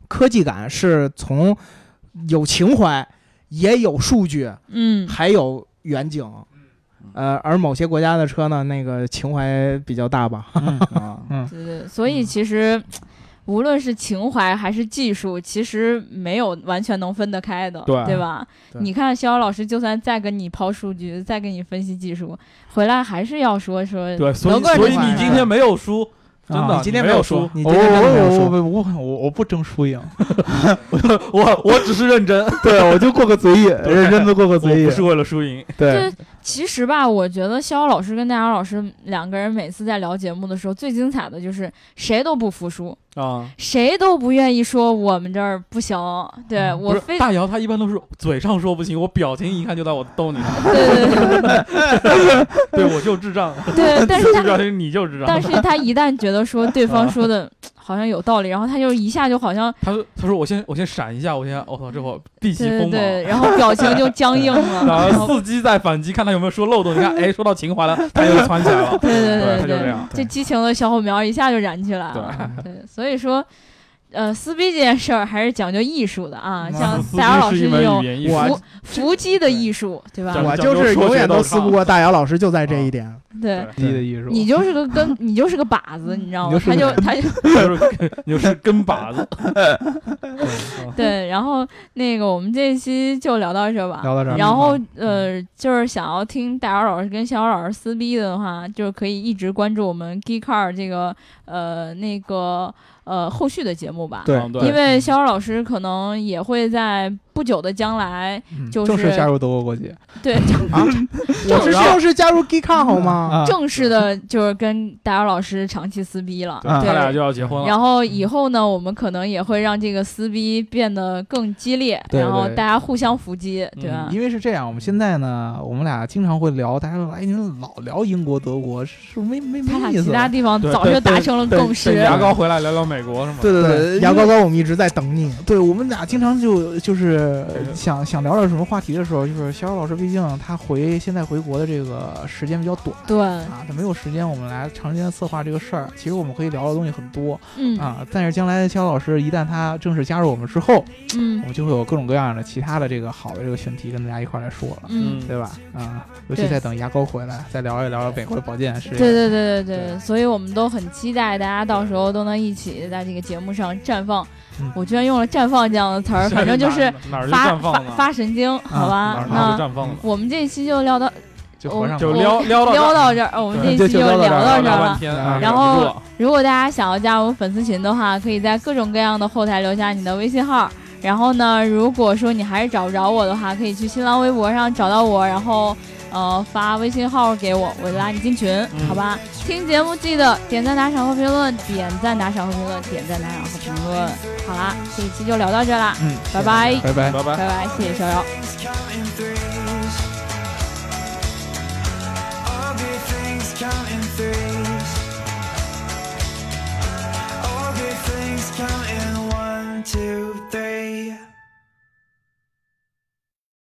[SPEAKER 3] 科技感是从有情怀，也有数据，
[SPEAKER 2] 嗯，
[SPEAKER 3] 还有远景。
[SPEAKER 4] 嗯
[SPEAKER 3] 呃，而某些国家的车呢，那个情怀比较大吧。
[SPEAKER 4] 啊嗯
[SPEAKER 2] 对对，所以其实。无论是情怀还是技术，其实没有完全能分得开的，
[SPEAKER 5] 对
[SPEAKER 2] 吧？
[SPEAKER 3] 对
[SPEAKER 2] 你看逍遥老师，就算再跟你抛数据，再跟你分析技术，回来还是要说说
[SPEAKER 5] 对，所以
[SPEAKER 2] 德国人
[SPEAKER 5] 所以
[SPEAKER 2] 的
[SPEAKER 5] 你今天没有输，真
[SPEAKER 4] 啊
[SPEAKER 5] 的
[SPEAKER 3] 你，今天
[SPEAKER 5] 没
[SPEAKER 3] 没有
[SPEAKER 5] 输
[SPEAKER 3] 输，你
[SPEAKER 4] 我
[SPEAKER 3] 今天真的没有
[SPEAKER 4] 我
[SPEAKER 3] 输。
[SPEAKER 4] 哦我我我我不争输赢，
[SPEAKER 5] 我我只是认真，
[SPEAKER 4] 对哦我就过个嘴瘾，认真的过个
[SPEAKER 5] 我
[SPEAKER 4] 嘴
[SPEAKER 5] 不
[SPEAKER 4] 瘾
[SPEAKER 5] 是。为了输赢，
[SPEAKER 4] 对，
[SPEAKER 2] 其实吧，我觉得逍遥老师跟大姚老师两个人每次在聊节目的时候，最精彩的就是谁都不服输，
[SPEAKER 5] 啊，
[SPEAKER 2] 谁都不愿意说我们这儿不行。对、
[SPEAKER 4] 嗯
[SPEAKER 2] 我
[SPEAKER 5] 不是
[SPEAKER 2] 非
[SPEAKER 5] 大姚，他一般都是嘴上说不行，我表情一看就在我逗你呢，
[SPEAKER 2] 对对对
[SPEAKER 5] 对我就智 障，
[SPEAKER 2] 对 对，但是
[SPEAKER 5] 不
[SPEAKER 2] 他
[SPEAKER 5] 表情你就智障
[SPEAKER 2] 但。是他一旦觉得说对方
[SPEAKER 5] 啊
[SPEAKER 2] 说的好像有道理，然后他就一下就好像
[SPEAKER 5] 他说他说我先我先闪一下，我先我操，这会儿避其
[SPEAKER 2] 对对
[SPEAKER 5] 锋芒。
[SPEAKER 2] 对，然后表情就僵硬 了，然
[SPEAKER 5] 然后
[SPEAKER 2] 后
[SPEAKER 5] 伺机再反击，看他有没有说漏洞。你看，哎，说到情怀了，他又窜起来了。
[SPEAKER 2] 对对对
[SPEAKER 5] 他就
[SPEAKER 2] 对啊
[SPEAKER 5] 这样。
[SPEAKER 2] 这激情的小火苗一下就燃起来 了。对，所以说。呃，撕逼这件事儿还是讲究艺术的啊，
[SPEAKER 3] 嗯
[SPEAKER 2] 像
[SPEAKER 5] 撕逼
[SPEAKER 2] 大姚老
[SPEAKER 5] 是
[SPEAKER 2] 师
[SPEAKER 5] 一
[SPEAKER 2] 这
[SPEAKER 5] 门
[SPEAKER 2] 种
[SPEAKER 5] 语言艺术，
[SPEAKER 2] 伏伏击的艺术， 对吧
[SPEAKER 5] 讲？
[SPEAKER 3] 我
[SPEAKER 5] 讲
[SPEAKER 3] 就
[SPEAKER 5] 究
[SPEAKER 3] 是
[SPEAKER 5] 说
[SPEAKER 3] 永
[SPEAKER 5] 学
[SPEAKER 3] 远
[SPEAKER 5] 逗
[SPEAKER 3] 都撕
[SPEAKER 5] 唱
[SPEAKER 3] 不过大姚老师，就在这一点。
[SPEAKER 2] 对，嗯
[SPEAKER 4] 低的艺术，
[SPEAKER 2] 你就是个根， 你就是个靶子，你知道吗？他
[SPEAKER 4] 你就
[SPEAKER 2] 就是他 就
[SPEAKER 5] 就是就是跟 靶子。
[SPEAKER 2] 对，然后那个我们这一期就聊到这吧。
[SPEAKER 4] 聊到这儿嗯
[SPEAKER 2] 然后呃，就是想要听大姚老师跟小姚老师撕逼的话，就是可以一直关注我们 Geek Car 这个呃那个呃后续的节目吧。
[SPEAKER 4] 对
[SPEAKER 5] 嗯，对
[SPEAKER 2] 因为小姚老师可能也会在不久的将来，就
[SPEAKER 4] 嗯正式
[SPEAKER 2] 是
[SPEAKER 4] 加入德国国籍
[SPEAKER 2] 对
[SPEAKER 3] 我是就是加入 Geekon 好吗？
[SPEAKER 4] 啊，
[SPEAKER 2] 正式 的，就是跟大姚老师长期撕逼了。
[SPEAKER 4] 对啊
[SPEAKER 5] 他俩就要结婚了。
[SPEAKER 2] 然后以后呢，我们可能也会让这个撕逼变得更激烈，
[SPEAKER 4] 对
[SPEAKER 2] 然后
[SPEAKER 4] 对嗯
[SPEAKER 2] 大家互相伏击，对吧？
[SPEAKER 4] 因为是这样，我们现在呢，我们俩经常会聊，大家说，哎，你们老聊英国、德国，是不是没没
[SPEAKER 2] 他俩
[SPEAKER 4] 没意思
[SPEAKER 2] 其他
[SPEAKER 4] 了？
[SPEAKER 2] 地方
[SPEAKER 5] 对
[SPEAKER 2] 早
[SPEAKER 5] 对
[SPEAKER 2] 就达
[SPEAKER 4] 对
[SPEAKER 2] 成了
[SPEAKER 4] 对
[SPEAKER 2] 共
[SPEAKER 4] 对
[SPEAKER 2] 识。
[SPEAKER 5] 牙膏回来聊聊美国是吗？
[SPEAKER 4] 对对对，
[SPEAKER 3] 牙
[SPEAKER 4] 因为
[SPEAKER 3] 膏膏，我们一直在等你。
[SPEAKER 4] 对我们俩经常就就是想想聊点什么话题的时候，就是肖老师，毕竟他回现在回国的这个时间比较短
[SPEAKER 2] 对，
[SPEAKER 4] 啊，他没有时间我们来长时间策划这个事儿。其实我们可以聊的东西很多
[SPEAKER 2] 嗯
[SPEAKER 4] 啊，但是将来肖老师一旦他正式加入我们之后，我
[SPEAKER 2] 嗯
[SPEAKER 4] 们就会有各种各样的其他的这个好的这个选题跟大家一块儿来说了，
[SPEAKER 2] 嗯，
[SPEAKER 4] 对吧？啊，尤
[SPEAKER 2] 对
[SPEAKER 4] 其在等牙膏回来，再聊一聊美国的保健事业。
[SPEAKER 5] 啊
[SPEAKER 2] 对对对对对，
[SPEAKER 4] 对
[SPEAKER 2] 所以我们都很期待大家到时候都能一起在这个节目上绽放
[SPEAKER 4] 嗯。
[SPEAKER 2] 我居然用了“绽放”这样的词儿，反正就是
[SPEAKER 5] 啊哪儿就
[SPEAKER 2] 发
[SPEAKER 5] 绽
[SPEAKER 2] 发
[SPEAKER 5] 放了，啊
[SPEAKER 2] 发神经，好
[SPEAKER 5] 哪
[SPEAKER 2] 吧
[SPEAKER 5] 儿？哪儿就
[SPEAKER 2] 那
[SPEAKER 5] 绽放了，
[SPEAKER 2] 我们这一期就聊到
[SPEAKER 4] 就合上
[SPEAKER 5] 就
[SPEAKER 4] 吧。
[SPEAKER 5] 撩撩到
[SPEAKER 2] 聊
[SPEAKER 5] 这儿
[SPEAKER 2] 到这儿，哦我们这
[SPEAKER 5] 对
[SPEAKER 2] 一期就
[SPEAKER 4] 就
[SPEAKER 2] 聊
[SPEAKER 4] 就聊
[SPEAKER 2] 到
[SPEAKER 4] 到
[SPEAKER 2] 这
[SPEAKER 5] 聊
[SPEAKER 4] 这
[SPEAKER 2] 儿
[SPEAKER 5] 半
[SPEAKER 2] 了。
[SPEAKER 5] 天，哎
[SPEAKER 4] 然
[SPEAKER 5] 忍不
[SPEAKER 2] 后
[SPEAKER 5] 住了
[SPEAKER 2] 如果大家想要加我们粉丝群的话，可以在各种各样的后台留下你的微信号。然后呢，如果说你还是找不着我的话，可以去新浪微博上找到我，然后呃发微信号给我，我拉你进群，好吧？听节目记得点赞、打赏和评论，点赞、打赏和评论，点赞、打赏和评论。好啦，这一期就聊到这啦，
[SPEAKER 4] 嗯，
[SPEAKER 2] 拜拜，
[SPEAKER 4] 拜拜。
[SPEAKER 5] 拜拜
[SPEAKER 2] 拜。拜，谢谢逍遥。
[SPEAKER 1] Things count in threes. Ugly things count in threes.